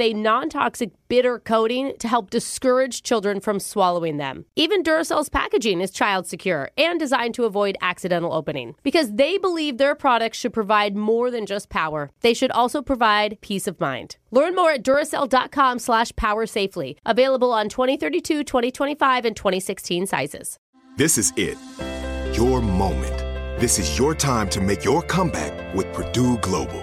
S1: a non toxic bitter coating to help discourage children from swallowing them. Even Duracell's packaging is child secure and designed to avoid accidental opening because they believe their products should provide more than just power. They should also provide peace of mind. Learn more at Duracell.com slash power safely. Available on 2032, 2025, and 2016 sizes.
S9: This is it. Your moment. This is your time to make your comeback with Purdue Global.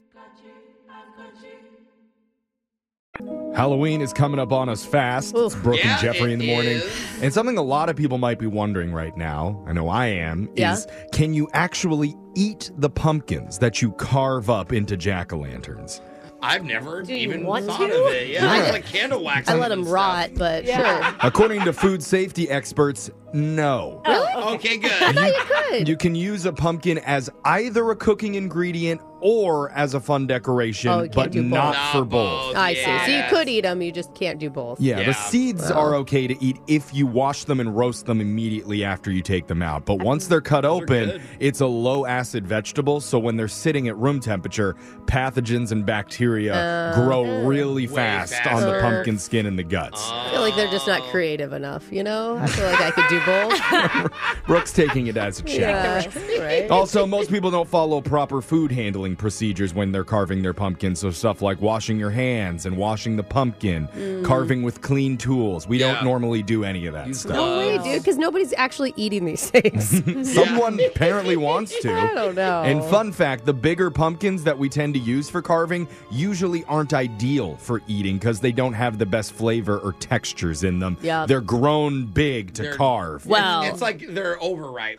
S4: Halloween is coming up on us fast. It's Brooke and Jeffrey in the morning. And something a lot of people might be wondering right now, I know I am,
S1: Yeah.
S4: is can you actually eat the pumpkins that you carve up into jack o' lanterns?
S3: I've never
S1: Do you
S3: even
S1: want
S3: thought
S1: to?
S3: of it. Yeah, I
S1: Yeah.
S3: like candle wax.
S1: I
S3: on
S1: let
S3: it
S1: them
S3: and
S1: rot, but sure.
S4: According to food safety experts, no.
S3: Really? Okay, good.
S1: I thought you could.
S4: You can use a pumpkin as either a cooking ingredient or as a fun decoration,
S1: Oh, you can't
S4: but
S1: do both.
S4: not
S1: Not
S4: for both.
S1: I see. So you could eat them, you just can't do both.
S4: Yeah, the seeds are okay to eat if you wash them and roast them immediately after you take them out. But once they're cut open, it's a low acid vegetable. So when they're sitting at room temperature, pathogens and bacteria
S1: Oh.
S4: grow
S1: Oh.
S4: really fast on the
S1: faster. Oh.
S4: pumpkin skin and the guts.
S1: I feel like they're just
S3: Oh.
S1: not creative enough, you know? I feel like I could do both.
S4: Brooke's taking it as a challenge.
S1: Yeah, right?
S4: Also, most people don't follow proper food handling procedures when they're carving their pumpkin. So, stuff like washing your hands and washing the pumpkin,
S1: Mm.
S4: carving with clean tools. We don't normally do any of that stuff.
S1: No way, dude, because nobody's actually eating these things.
S4: Someone apparently wants to.
S1: I don't know.
S4: And fun fact the bigger pumpkins that we tend to use for carving usually aren't ideal for eating because they don't have the best flavor or textures in them.
S3: Yep.
S4: They're grown big to
S3: They're-
S4: carve.
S3: it's, it's like they're overripe.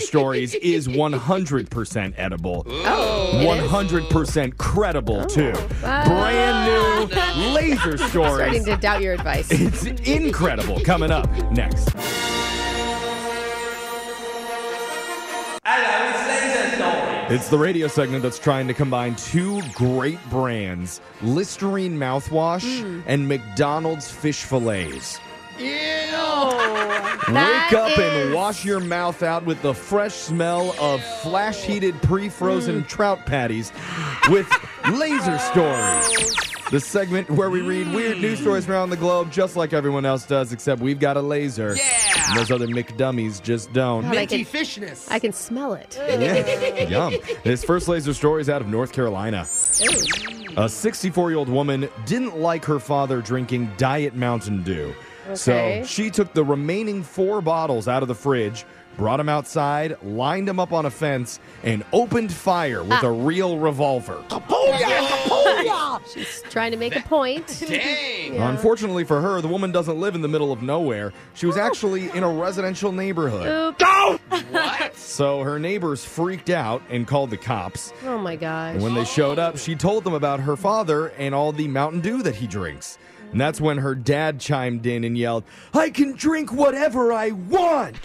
S4: Stories is 100% edible.
S3: Oh, it is?
S4: 100% credible,
S1: Oh.
S4: too. Brand new Laser
S1: Ah. I'm starting
S4: Stories.
S1: to doubt your advice.
S4: It's incredible. Coming up next. It's the radio segment that's trying to combine two great brands Listerine mouthwash and McDonald's fish fillets.
S1: That
S4: Wake up
S1: is-
S4: and wash your mouth out with the fresh smell of flash heated pre frozen
S1: Mm.
S4: trout patties with Laser Stories. The segment where we read weird
S1: Mm.
S4: news stories around the globe, just like everyone else does, except we've got a laser. Yeah. And those other McDummies just don't.
S1: God, I
S3: Minty
S1: can-
S3: fishness.
S1: I can smell it.
S4: Yeah. Yum. This first laser story is out of North Carolina. A 64 year old woman didn't like her father drinking Diet Mountain Dew.
S1: Okay.
S4: So she took the remaining four bottles out of the fridge, brought them outside, lined them up on a fence, and opened fire with a real revolver.
S1: She's trying to make a point. Dang.
S4: Unfortunately for her, the woman doesn't live in the middle of nowhere. She was actually in a residential neighborhood.
S1: Go!
S4: So her neighbors freaked out and called the cops.
S1: Oh my gosh.
S4: And when they showed up, she told them about her father and all the Mountain Dew that he drinks. And that's when her dad chimed in and yelled, I can drink whatever I want.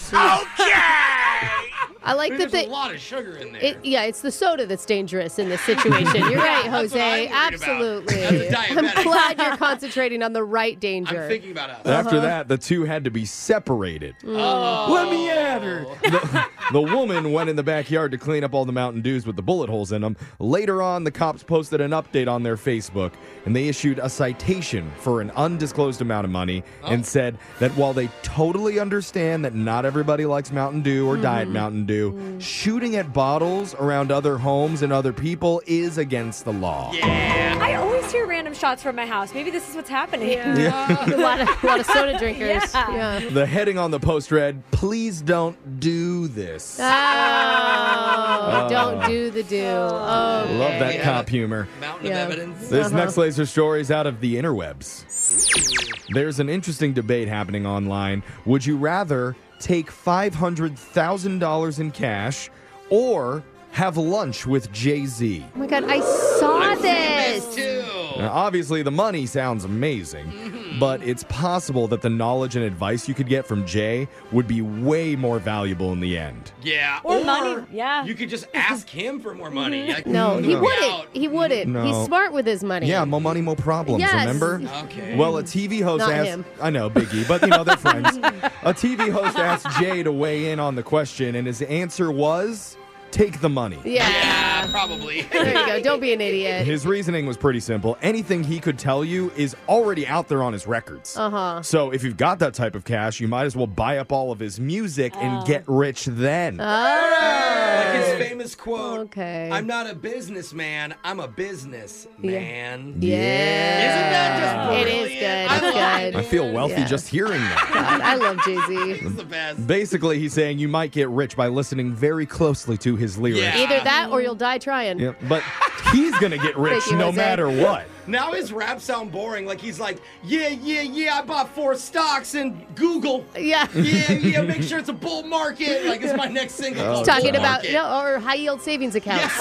S1: I like
S3: There's
S1: that they.
S3: a lot of sugar in there.
S1: It, yeah, it's the soda that's dangerous in this situation. You're right,
S3: That's what I'm worried
S1: Jose.
S3: about.
S1: Absolutely.
S3: As a
S1: I'm glad you're concentrating on the right danger. Uh-huh. I'm thinking
S3: about us.
S4: After that, the two had to be separated.
S1: Mm.
S3: Oh.
S4: Let me at her. the woman went in the backyard to clean up all the Mountain Dews with the bullet holes in them. Later on, the cops posted an update on their Facebook and they issued a citation for an undisclosed amount of money and said that while they totally understand that not everybody likes Mountain Dew or Diet Mountain Dew, shooting at bottles around other homes and other people is against the law.
S6: I always hear random shots from my house. Maybe this is what's happening.
S4: Yeah.
S1: a, lot of, a lot of soda drinkers.
S6: Yeah.
S4: The heading on the post read, Please don't do this.
S1: Oh,
S4: Oh.
S1: don't do the do. Oh,
S4: Love that cop humor.
S3: Mountain
S1: Yeah.
S3: of evidence.
S4: This
S1: Uh-huh.
S4: next laser story is out of the interwebs. There's an interesting debate happening online. Would you rather take $500,000 in cash or have lunch with Jay Z.
S1: Oh my god, I saw this.
S3: Oh.
S4: Now, obviously, the money sounds
S3: Mm-hmm.
S4: amazing, but it's possible that the knowledge and advice you could get from Jay would be way more valuable in the end.
S3: Yeah.
S6: Or money. Yeah.
S3: You could just ask him for more money. Like,
S1: Mm-hmm. No, he
S4: No.
S1: wouldn't. He wouldn't.
S4: No.
S1: He's smart with his money.
S4: Yeah, more money, more problems,
S1: Yes.
S4: remember?
S1: Okay.
S4: Well, a TV host
S1: Not
S4: asked.
S1: him.
S4: I know, Biggie, but you know, they're friends. A TV host asked Jay to weigh in on the question, and his answer was take the money.
S1: Yeah.
S3: probably.
S1: There you go. Don't be an idiot.
S4: His reasoning was pretty simple. Anything he could tell you is already out there on his records.
S1: Uh huh.
S4: So if you've got that type of cash, you might as well buy up all of his music
S1: Oh.
S4: and get rich then.
S1: Uh,
S3: Like his famous quote
S1: Okay.
S3: I'm not a businessman, I'm a business man.
S1: Yeah.
S3: Isn't that just
S1: It
S3: brilliant?
S1: is good.
S3: I
S1: It's
S3: love
S1: good.
S4: I feel wealthy
S1: Yeah.
S4: just hearing that.
S1: God, I love Jay Z.
S3: It's the best.
S4: Basically, he's saying you might get rich by listening very closely to his lyrics.
S1: Either that or you'll die trying.
S4: Yep, But he's going to get rich
S1: Thank you,
S4: no
S1: Jose.
S4: matter what.
S3: Now his raps sound boring. Like he's like, yeah, yeah, yeah, I bought four stocks and Google.
S1: Yeah.
S3: Yeah, yeah, make sure it's a bull market. Like it's my next single.
S4: Oh,
S3: called
S1: Talking
S3: Bull
S1: about
S3: Market.
S1: no, or high yield savings accounts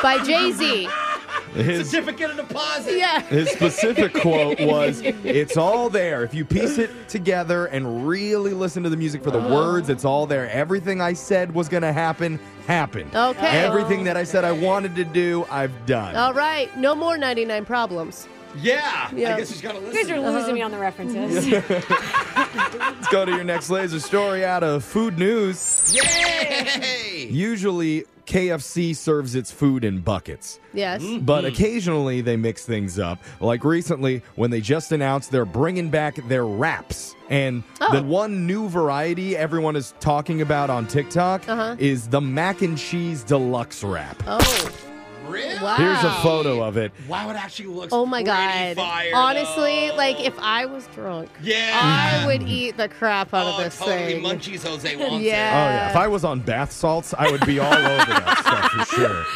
S1: by Jay Z.
S4: His,
S3: certificate of deposit.
S1: Yeah.
S4: his specific quote was It's all there. If you piece it together and really listen to the music for the
S1: Uh-huh.
S4: words, it's all there. Everything I said was going to happen happened.
S1: Okay. Uh,
S4: Everything that I said I wanted to do, I've done.
S1: All right. No more 99 problems.
S3: Yeah.
S1: Yeah.
S3: Ah,
S1: Uh-huh.
S3: I guess he's got to
S6: You
S3: listen.
S6: guys are losing me on the references.
S4: Let's go to your next laser story out of food news.
S3: Yay!
S4: Usually, KFC serves its food in buckets.
S1: Yes.
S3: Mm-hmm.
S4: Mm-hmm. But occasionally they mix things up. Like recently when they just announced they're bringing back their wraps. And
S1: Oh.
S4: the one new variety everyone is talking about on TikTok
S1: Uh-huh.
S4: is the mac and cheese deluxe wrap.
S1: Oh.
S3: Really?
S1: Wow.
S4: Here's a photo of it.
S3: Wow, it actually looks.
S1: Oh my
S3: pretty
S1: god.
S3: Fire,
S1: Honestly, like if I was drunk,
S3: Yeah. Oh,
S1: I would eat the crap out of this
S3: totally
S1: thing.
S3: munchies Jose wants it.
S4: Oh,
S1: Yeah.
S4: yeah. If I was on bath salts, I would be all over that stuff for sure.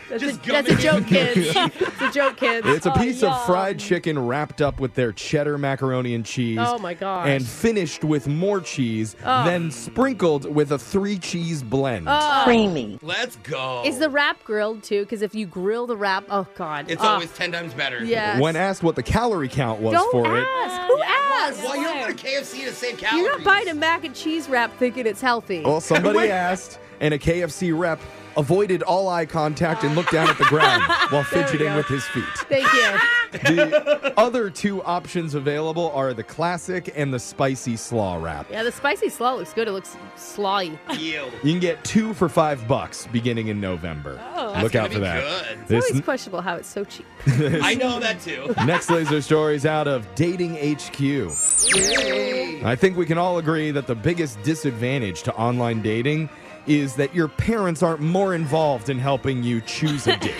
S1: That's,
S3: Just
S1: a, that's a
S3: gumming
S1: joke, kids. it's a Oh, joke, kids.
S6: Oh,
S4: It's a piece of fried chicken wrapped up with their cheddar macaroni and cheese.
S1: Oh my gosh.
S4: And finished with more cheese,
S1: Oh.
S4: then sprinkled with a three cheese blend.
S1: Oh.
S17: Creamy.
S3: Let's go.
S1: Is the wrap grilled too? Because if you grill the wrap, oh god,
S3: It's
S1: Ah.
S3: always ten times better.
S1: Yes.
S4: When asked what the calorie count was
S1: Don't
S4: for
S1: ask. Who asked?
S3: Well, you don't go to KFC to save calories.
S1: You're not buying a mac and cheese wrap thinking it's healthy.
S4: it, well, somebody asked, and a KFC rep avoided all eye contact and looked down at the ground while fidgeting with his feet.
S1: Thank you.
S4: The other two options available are the classic and the spicy slaw wrap.
S1: Yeah, the spicy slaw looks good. It looks slawy.
S3: Ew.
S4: You can get two for five bucks beginning in November.
S1: Oh.
S4: Look
S3: That's
S4: out
S3: gonna be
S4: for that.
S3: good.
S1: It's
S4: This
S1: always questionable how it's so cheap.
S3: I know that too.
S4: next laser story is out of Dating HQ.
S3: Yay.
S4: I think we can all agree that the biggest disadvantage to online dating is that your parents aren't more involved in helping you choose a date.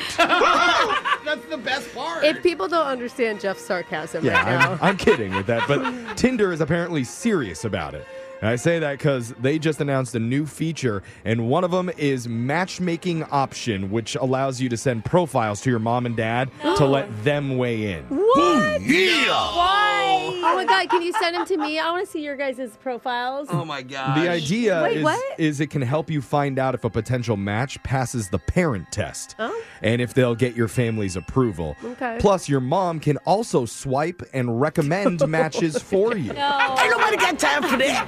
S3: That's the best part.
S1: If people don't understand Jeff's sarcasm
S4: yeah,
S1: right now,
S4: I'm, I'm kidding with that, but Tinder is apparently serious about it. And I say that because they just announced a new feature, and one of them is matchmaking option, which allows you to send profiles to your mom and dad to let them weigh in. Oh,
S1: what?
S3: yeah.
S1: Why? Oh my god, can you send them to me? I want to see your guys' profiles.
S3: Oh my god.
S4: The idea
S1: Wait,
S4: is,
S1: what?
S4: is it can help you find out if a potential match passes the parent test
S1: Oh.
S4: and if they'll get your family's approval.
S1: Okay.
S4: Plus, your mom can also swipe and recommend matches for you.
S17: I don't want to got time for that.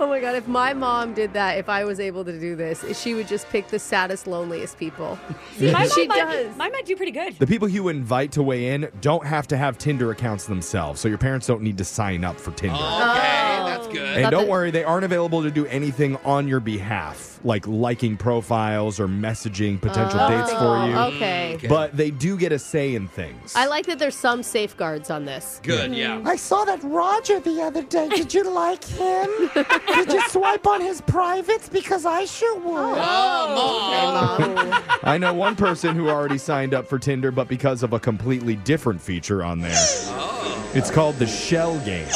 S1: Oh my god, if my mom did that, if I was able to do this, she would just pick the saddest, loneliest people.
S6: See, my
S1: She
S6: mom might-
S1: does.
S6: Mine might do pretty good.
S4: The people you invite to weigh in don't have to have Tinder accounts themselves, so your parents don't need to sign up for Tinder.
S3: Oh, Okay, that's
S1: Oh.
S3: good.
S4: And don't
S1: it.
S4: worry, they aren't available to do anything on your behalf, like liking profiles or messaging potential dates for you.
S1: Oh, okay.
S4: But they do get a say in things.
S1: I like that there's some safeguards on this.
S3: Good, yeah.
S18: I saw that Roger the other day. Did you like him? Did you swipe on his privates? Because I sure would.
S3: Oh, mom.
S4: I know one person who already signed up for Tinder, but because of a completely different feature on there.
S3: Oh.
S4: It's called the shell game.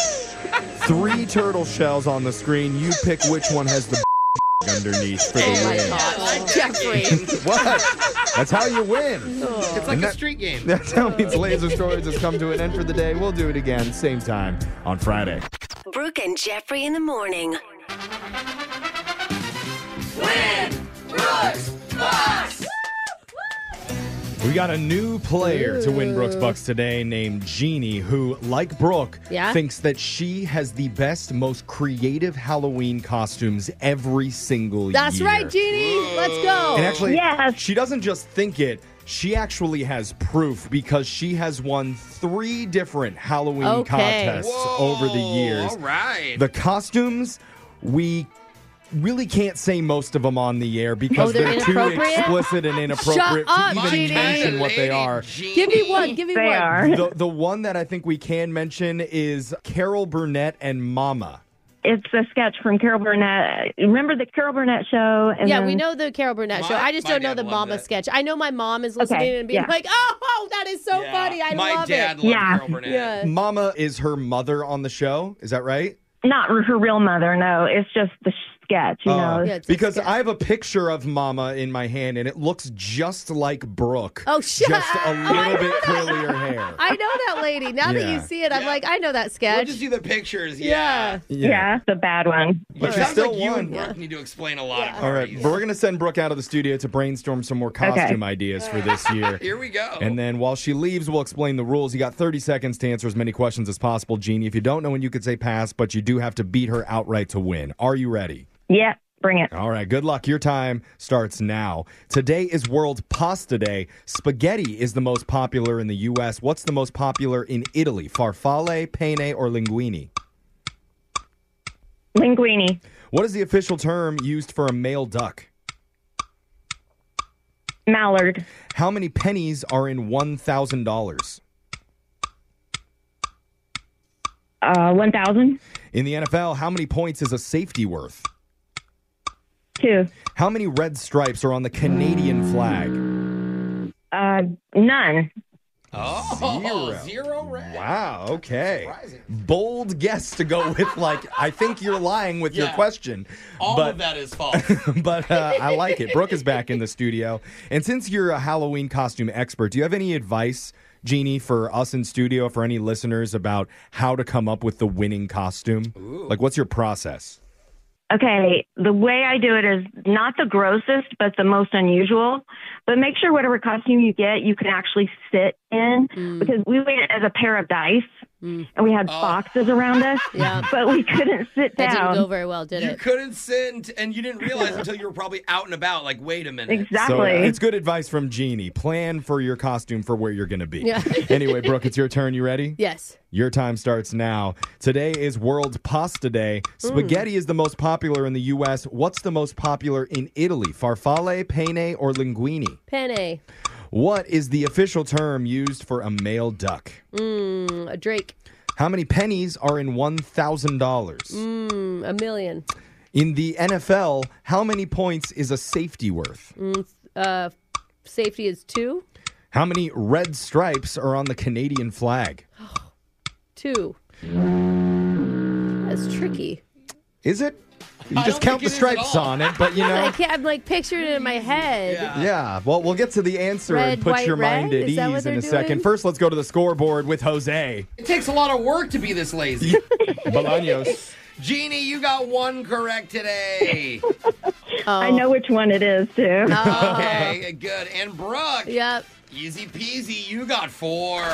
S4: Three turtle shells on the screen. You pick which one has the underneath for
S1: Oh my
S4: the
S1: god. Jeffrey.
S4: win. What? That's how you win.
S3: It's like a street game.
S4: That's how these laser stories has come to an end for the day. We'll do it again, same time on Friday.
S7: Brooke and Jeffrey in the morning.
S3: Brooks, five.
S4: We got a new player to win Brooks Bucks today named Jeannie, who, like Brooke,
S1: Yeah?
S4: thinks that she has the best, most creative Halloween costumes every single
S1: That's
S4: year.
S1: right, Jeannie. Let's go.
S4: And actually, she doesn't just think it. She actually has proof because she has won three different Halloween
S1: Okay.
S4: contests over the years.
S1: all right.
S4: The costumes, we really can't say most of them on the air because
S1: Oh, they're
S4: they're, too
S1: inappropriate?
S4: explicit and inappropriate
S1: Shut up,
S4: to even
S1: Jeannie.
S4: mention what they are.
S1: Give me one. Give me
S4: They
S1: one.
S4: The, the one that I think we can mention is Carol Burnett and Mama.
S19: It's a sketch from Carol Burnett. Remember the Carol Burnett show? And
S1: yeah,
S19: then-
S1: we know the Carol Burnett show.
S19: My-
S1: I just
S19: my
S1: don't know
S19: dad
S1: the
S19: loved
S1: Mama
S19: it.
S1: sketch. I know my mom is listening
S19: Okay,
S1: and being
S19: yeah.
S1: like, "Oh, oh, that is so funny! I
S4: My
S1: love
S4: dad
S1: it."
S4: loved Yeah. Carol
S19: Burnett.
S1: Yeah.
S4: Mama is her mother on the show. Is that right?
S19: Not her real mother. No, it's just the sketch. You
S4: Uh,
S19: know,
S4: because I have a picture of Mama in my hand, and it looks just like Brooke.
S1: Oh, shut
S4: Just a
S1: up.
S4: little bit curlier hair.
S1: I know that lady. Now that you
S4: Yeah.
S1: see it, I'm like, I know that sketch.
S3: We'll just do the pictures.
S1: Yeah.
S3: Yeah.
S4: Yeah. Yeah,
S19: the bad one.
S4: But
S3: it
S4: you
S3: sounds
S4: still
S3: like you
S4: won.
S3: and Brooke need to explain a lot. Of
S4: All right, but we're gonna send Brooke out of the studio to brainstorm some more costume
S3: Okay.
S4: ideas for this year.
S3: Here we go.
S4: And then while she leaves, we'll explain the rules. You got 30 seconds to answer as many questions as possible, Jeannie. If you don't know when you could say pass, but you do have to beat her outright to win. Are you ready?
S19: Yeah, bring it.
S4: All right, good luck. Your time starts now. Today is World Pasta Day. Spaghetti is the most popular in the U.S. What's the most popular in Italy? Farfalle, penne, or linguine?
S19: Linguini.
S4: What is the official term used for a male duck?
S19: Mallard.
S4: How many pennies are in $1,000?
S19: Uh, one thousand
S4: In the NFL, how many points is a safety worth?
S19: two.
S4: How many red stripes are on the Canadian flag?
S19: Uh, none.
S3: Oh,
S4: Zero. Wow, okay. Bold guess to go with, like, I think you're lying with your
S3: Yeah.
S4: question.
S3: All
S4: but
S3: of that is false.
S4: but uh, I like it. Brooke is back in the studio. And since you're a Halloween costume expert, do you have any advice, Jeannie, for us in studio, for any listeners about how to come up with the winning costume? Like, what's your process?
S19: Okay, the way I do it is not the grossest, but the most unusual. But make sure whatever costume you get, you can actually sit in
S1: Mm.
S19: because we went as a pair of dice and we
S3: Oh.
S19: had boxes around us, but we couldn't sit
S1: Oh. That
S19: down.
S1: didn't go very well, did
S3: you
S1: it?
S3: couldn't sit and, and you didn't realize until you were probably out and about. Like, wait a minute.
S4: So uh, it's good advice from Jeannie. Plan for your costume for where you're going to be.
S1: Yeah.
S4: anyway, Brooke, it's your turn. You ready?
S1: Yes.
S4: Your time starts now. Today is World Pasta Day. Spaghetti is the most popular in the U.S. What's the most popular in Italy? Farfalle, penne, or linguine?
S1: Penne.
S4: What is the official term used for a male duck?
S1: Mmm. A Drake.
S4: How many pennies are in $1,000?
S1: Mmm. A million.
S4: In the NFL, how many points is a safety worth?
S1: Mm, uh, safety is two.
S4: How many red stripes are on the Canadian flag?
S1: Two. That's tricky.
S4: Is it? You
S1: I
S4: just
S1: don't think
S4: count the
S1: it is at
S4: stripes
S1: all.
S4: on it, but you
S1: I
S4: know.
S1: can't, I'm like picturing it in my head.
S4: Yeah, well, we'll get to the answer
S1: Red,
S4: and put
S1: white,
S4: your mind
S1: red?
S4: at
S1: Is
S4: ease
S1: that
S4: in
S1: what
S4: a
S1: they're doing?
S4: second. First, let's go to the scoreboard with Jose
S3: It takes a lot of work to be this lazy.
S4: Bolaños.
S3: Jeannie, you got one correct today.
S19: I
S1: Oh.
S19: know which one it is too.
S3: Okay, good. And Brooke.
S1: Yep.
S3: Easy peasy. You got four.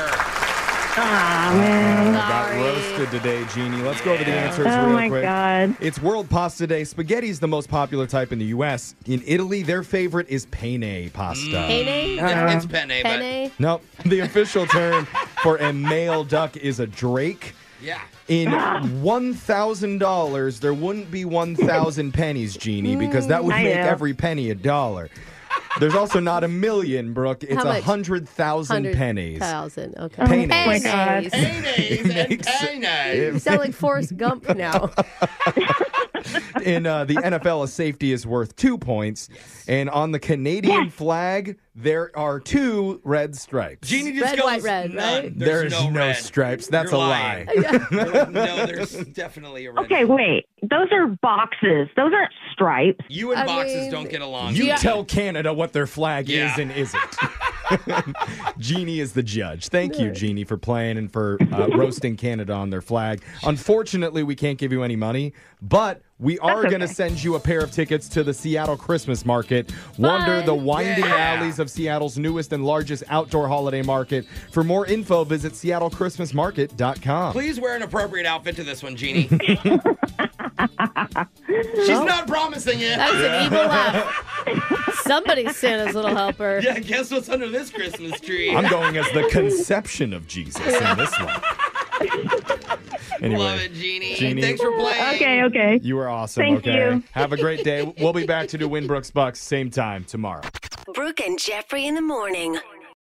S4: Uh, got roasted today, Jeannie. Let's go over the answers
S19: Oh,
S4: real
S19: my
S4: quick.
S19: God.
S4: It's World Pasta Day. Spaghetti is the most popular type in the U.S. In Italy, their favorite is penne pasta.
S1: Mm. Penne?
S19: Uh-huh.
S3: Yeah, it's penne, but-
S1: Penne?
S4: Nope. The official term for a male duck is a drake.
S3: Yeah.
S4: In
S19: Ah.
S4: $1,000, there wouldn't be 1,000 pennies, Jeannie, because that would
S19: Mm, I
S4: make
S19: know.
S4: every penny a dollar. There's also not a million, Brooke. It's
S1: How
S4: a
S1: much?
S4: 100,000 pennies.
S1: Thousand. Okay.
S4: Oh, Pennies. my
S1: Pennies. You sound like Forrest Gump now.
S4: In uh, the NFL, a safety is worth two points. And on the Canadian flag, there are two red stripes.
S3: Jeannie just
S1: Red,
S3: goes,
S1: white, red,
S3: "None."
S1: right?
S4: There is no,
S3: red.
S4: stripes. That's
S3: You're
S4: a
S3: lying.
S4: lie.
S3: Oh, no, there's definitely a red.
S19: Okay, wait. Those are boxes. Those aren't stripes.
S3: You and boxes don't get along.
S4: You tell Canada what their flag is and isn't. Jeannie is the judge. Thank you, Jeannie, for playing and for uh, roasting Canada on their flag. Unfortunately, we can't give you any money, but we are
S2: That's
S4: going to
S2: okay.
S4: send you a pair of tickets to the Seattle Christmas Market. Wander the winding alleys of Seattle's newest and largest outdoor holiday market. For more info, visit seattlechristmasmarket.com.
S3: Please wear an appropriate outfit to this one, Jeannie. She's not promising it.
S1: That was an evil laugh. Somebody's Santa's little helper.
S3: Yeah, guess what's under this Christmas tree?
S4: I'm going as the conception of Jesus in this one. Anyway,
S3: Love it, Jeannie. Thanks for playing.
S19: Okay, okay.
S4: You are awesome.
S19: Thank
S4: okay.
S19: you.
S4: Have a great day. We'll be back to do Winbrooks Bucks same time tomorrow.
S1: Brooke and Jeffrey in the morning.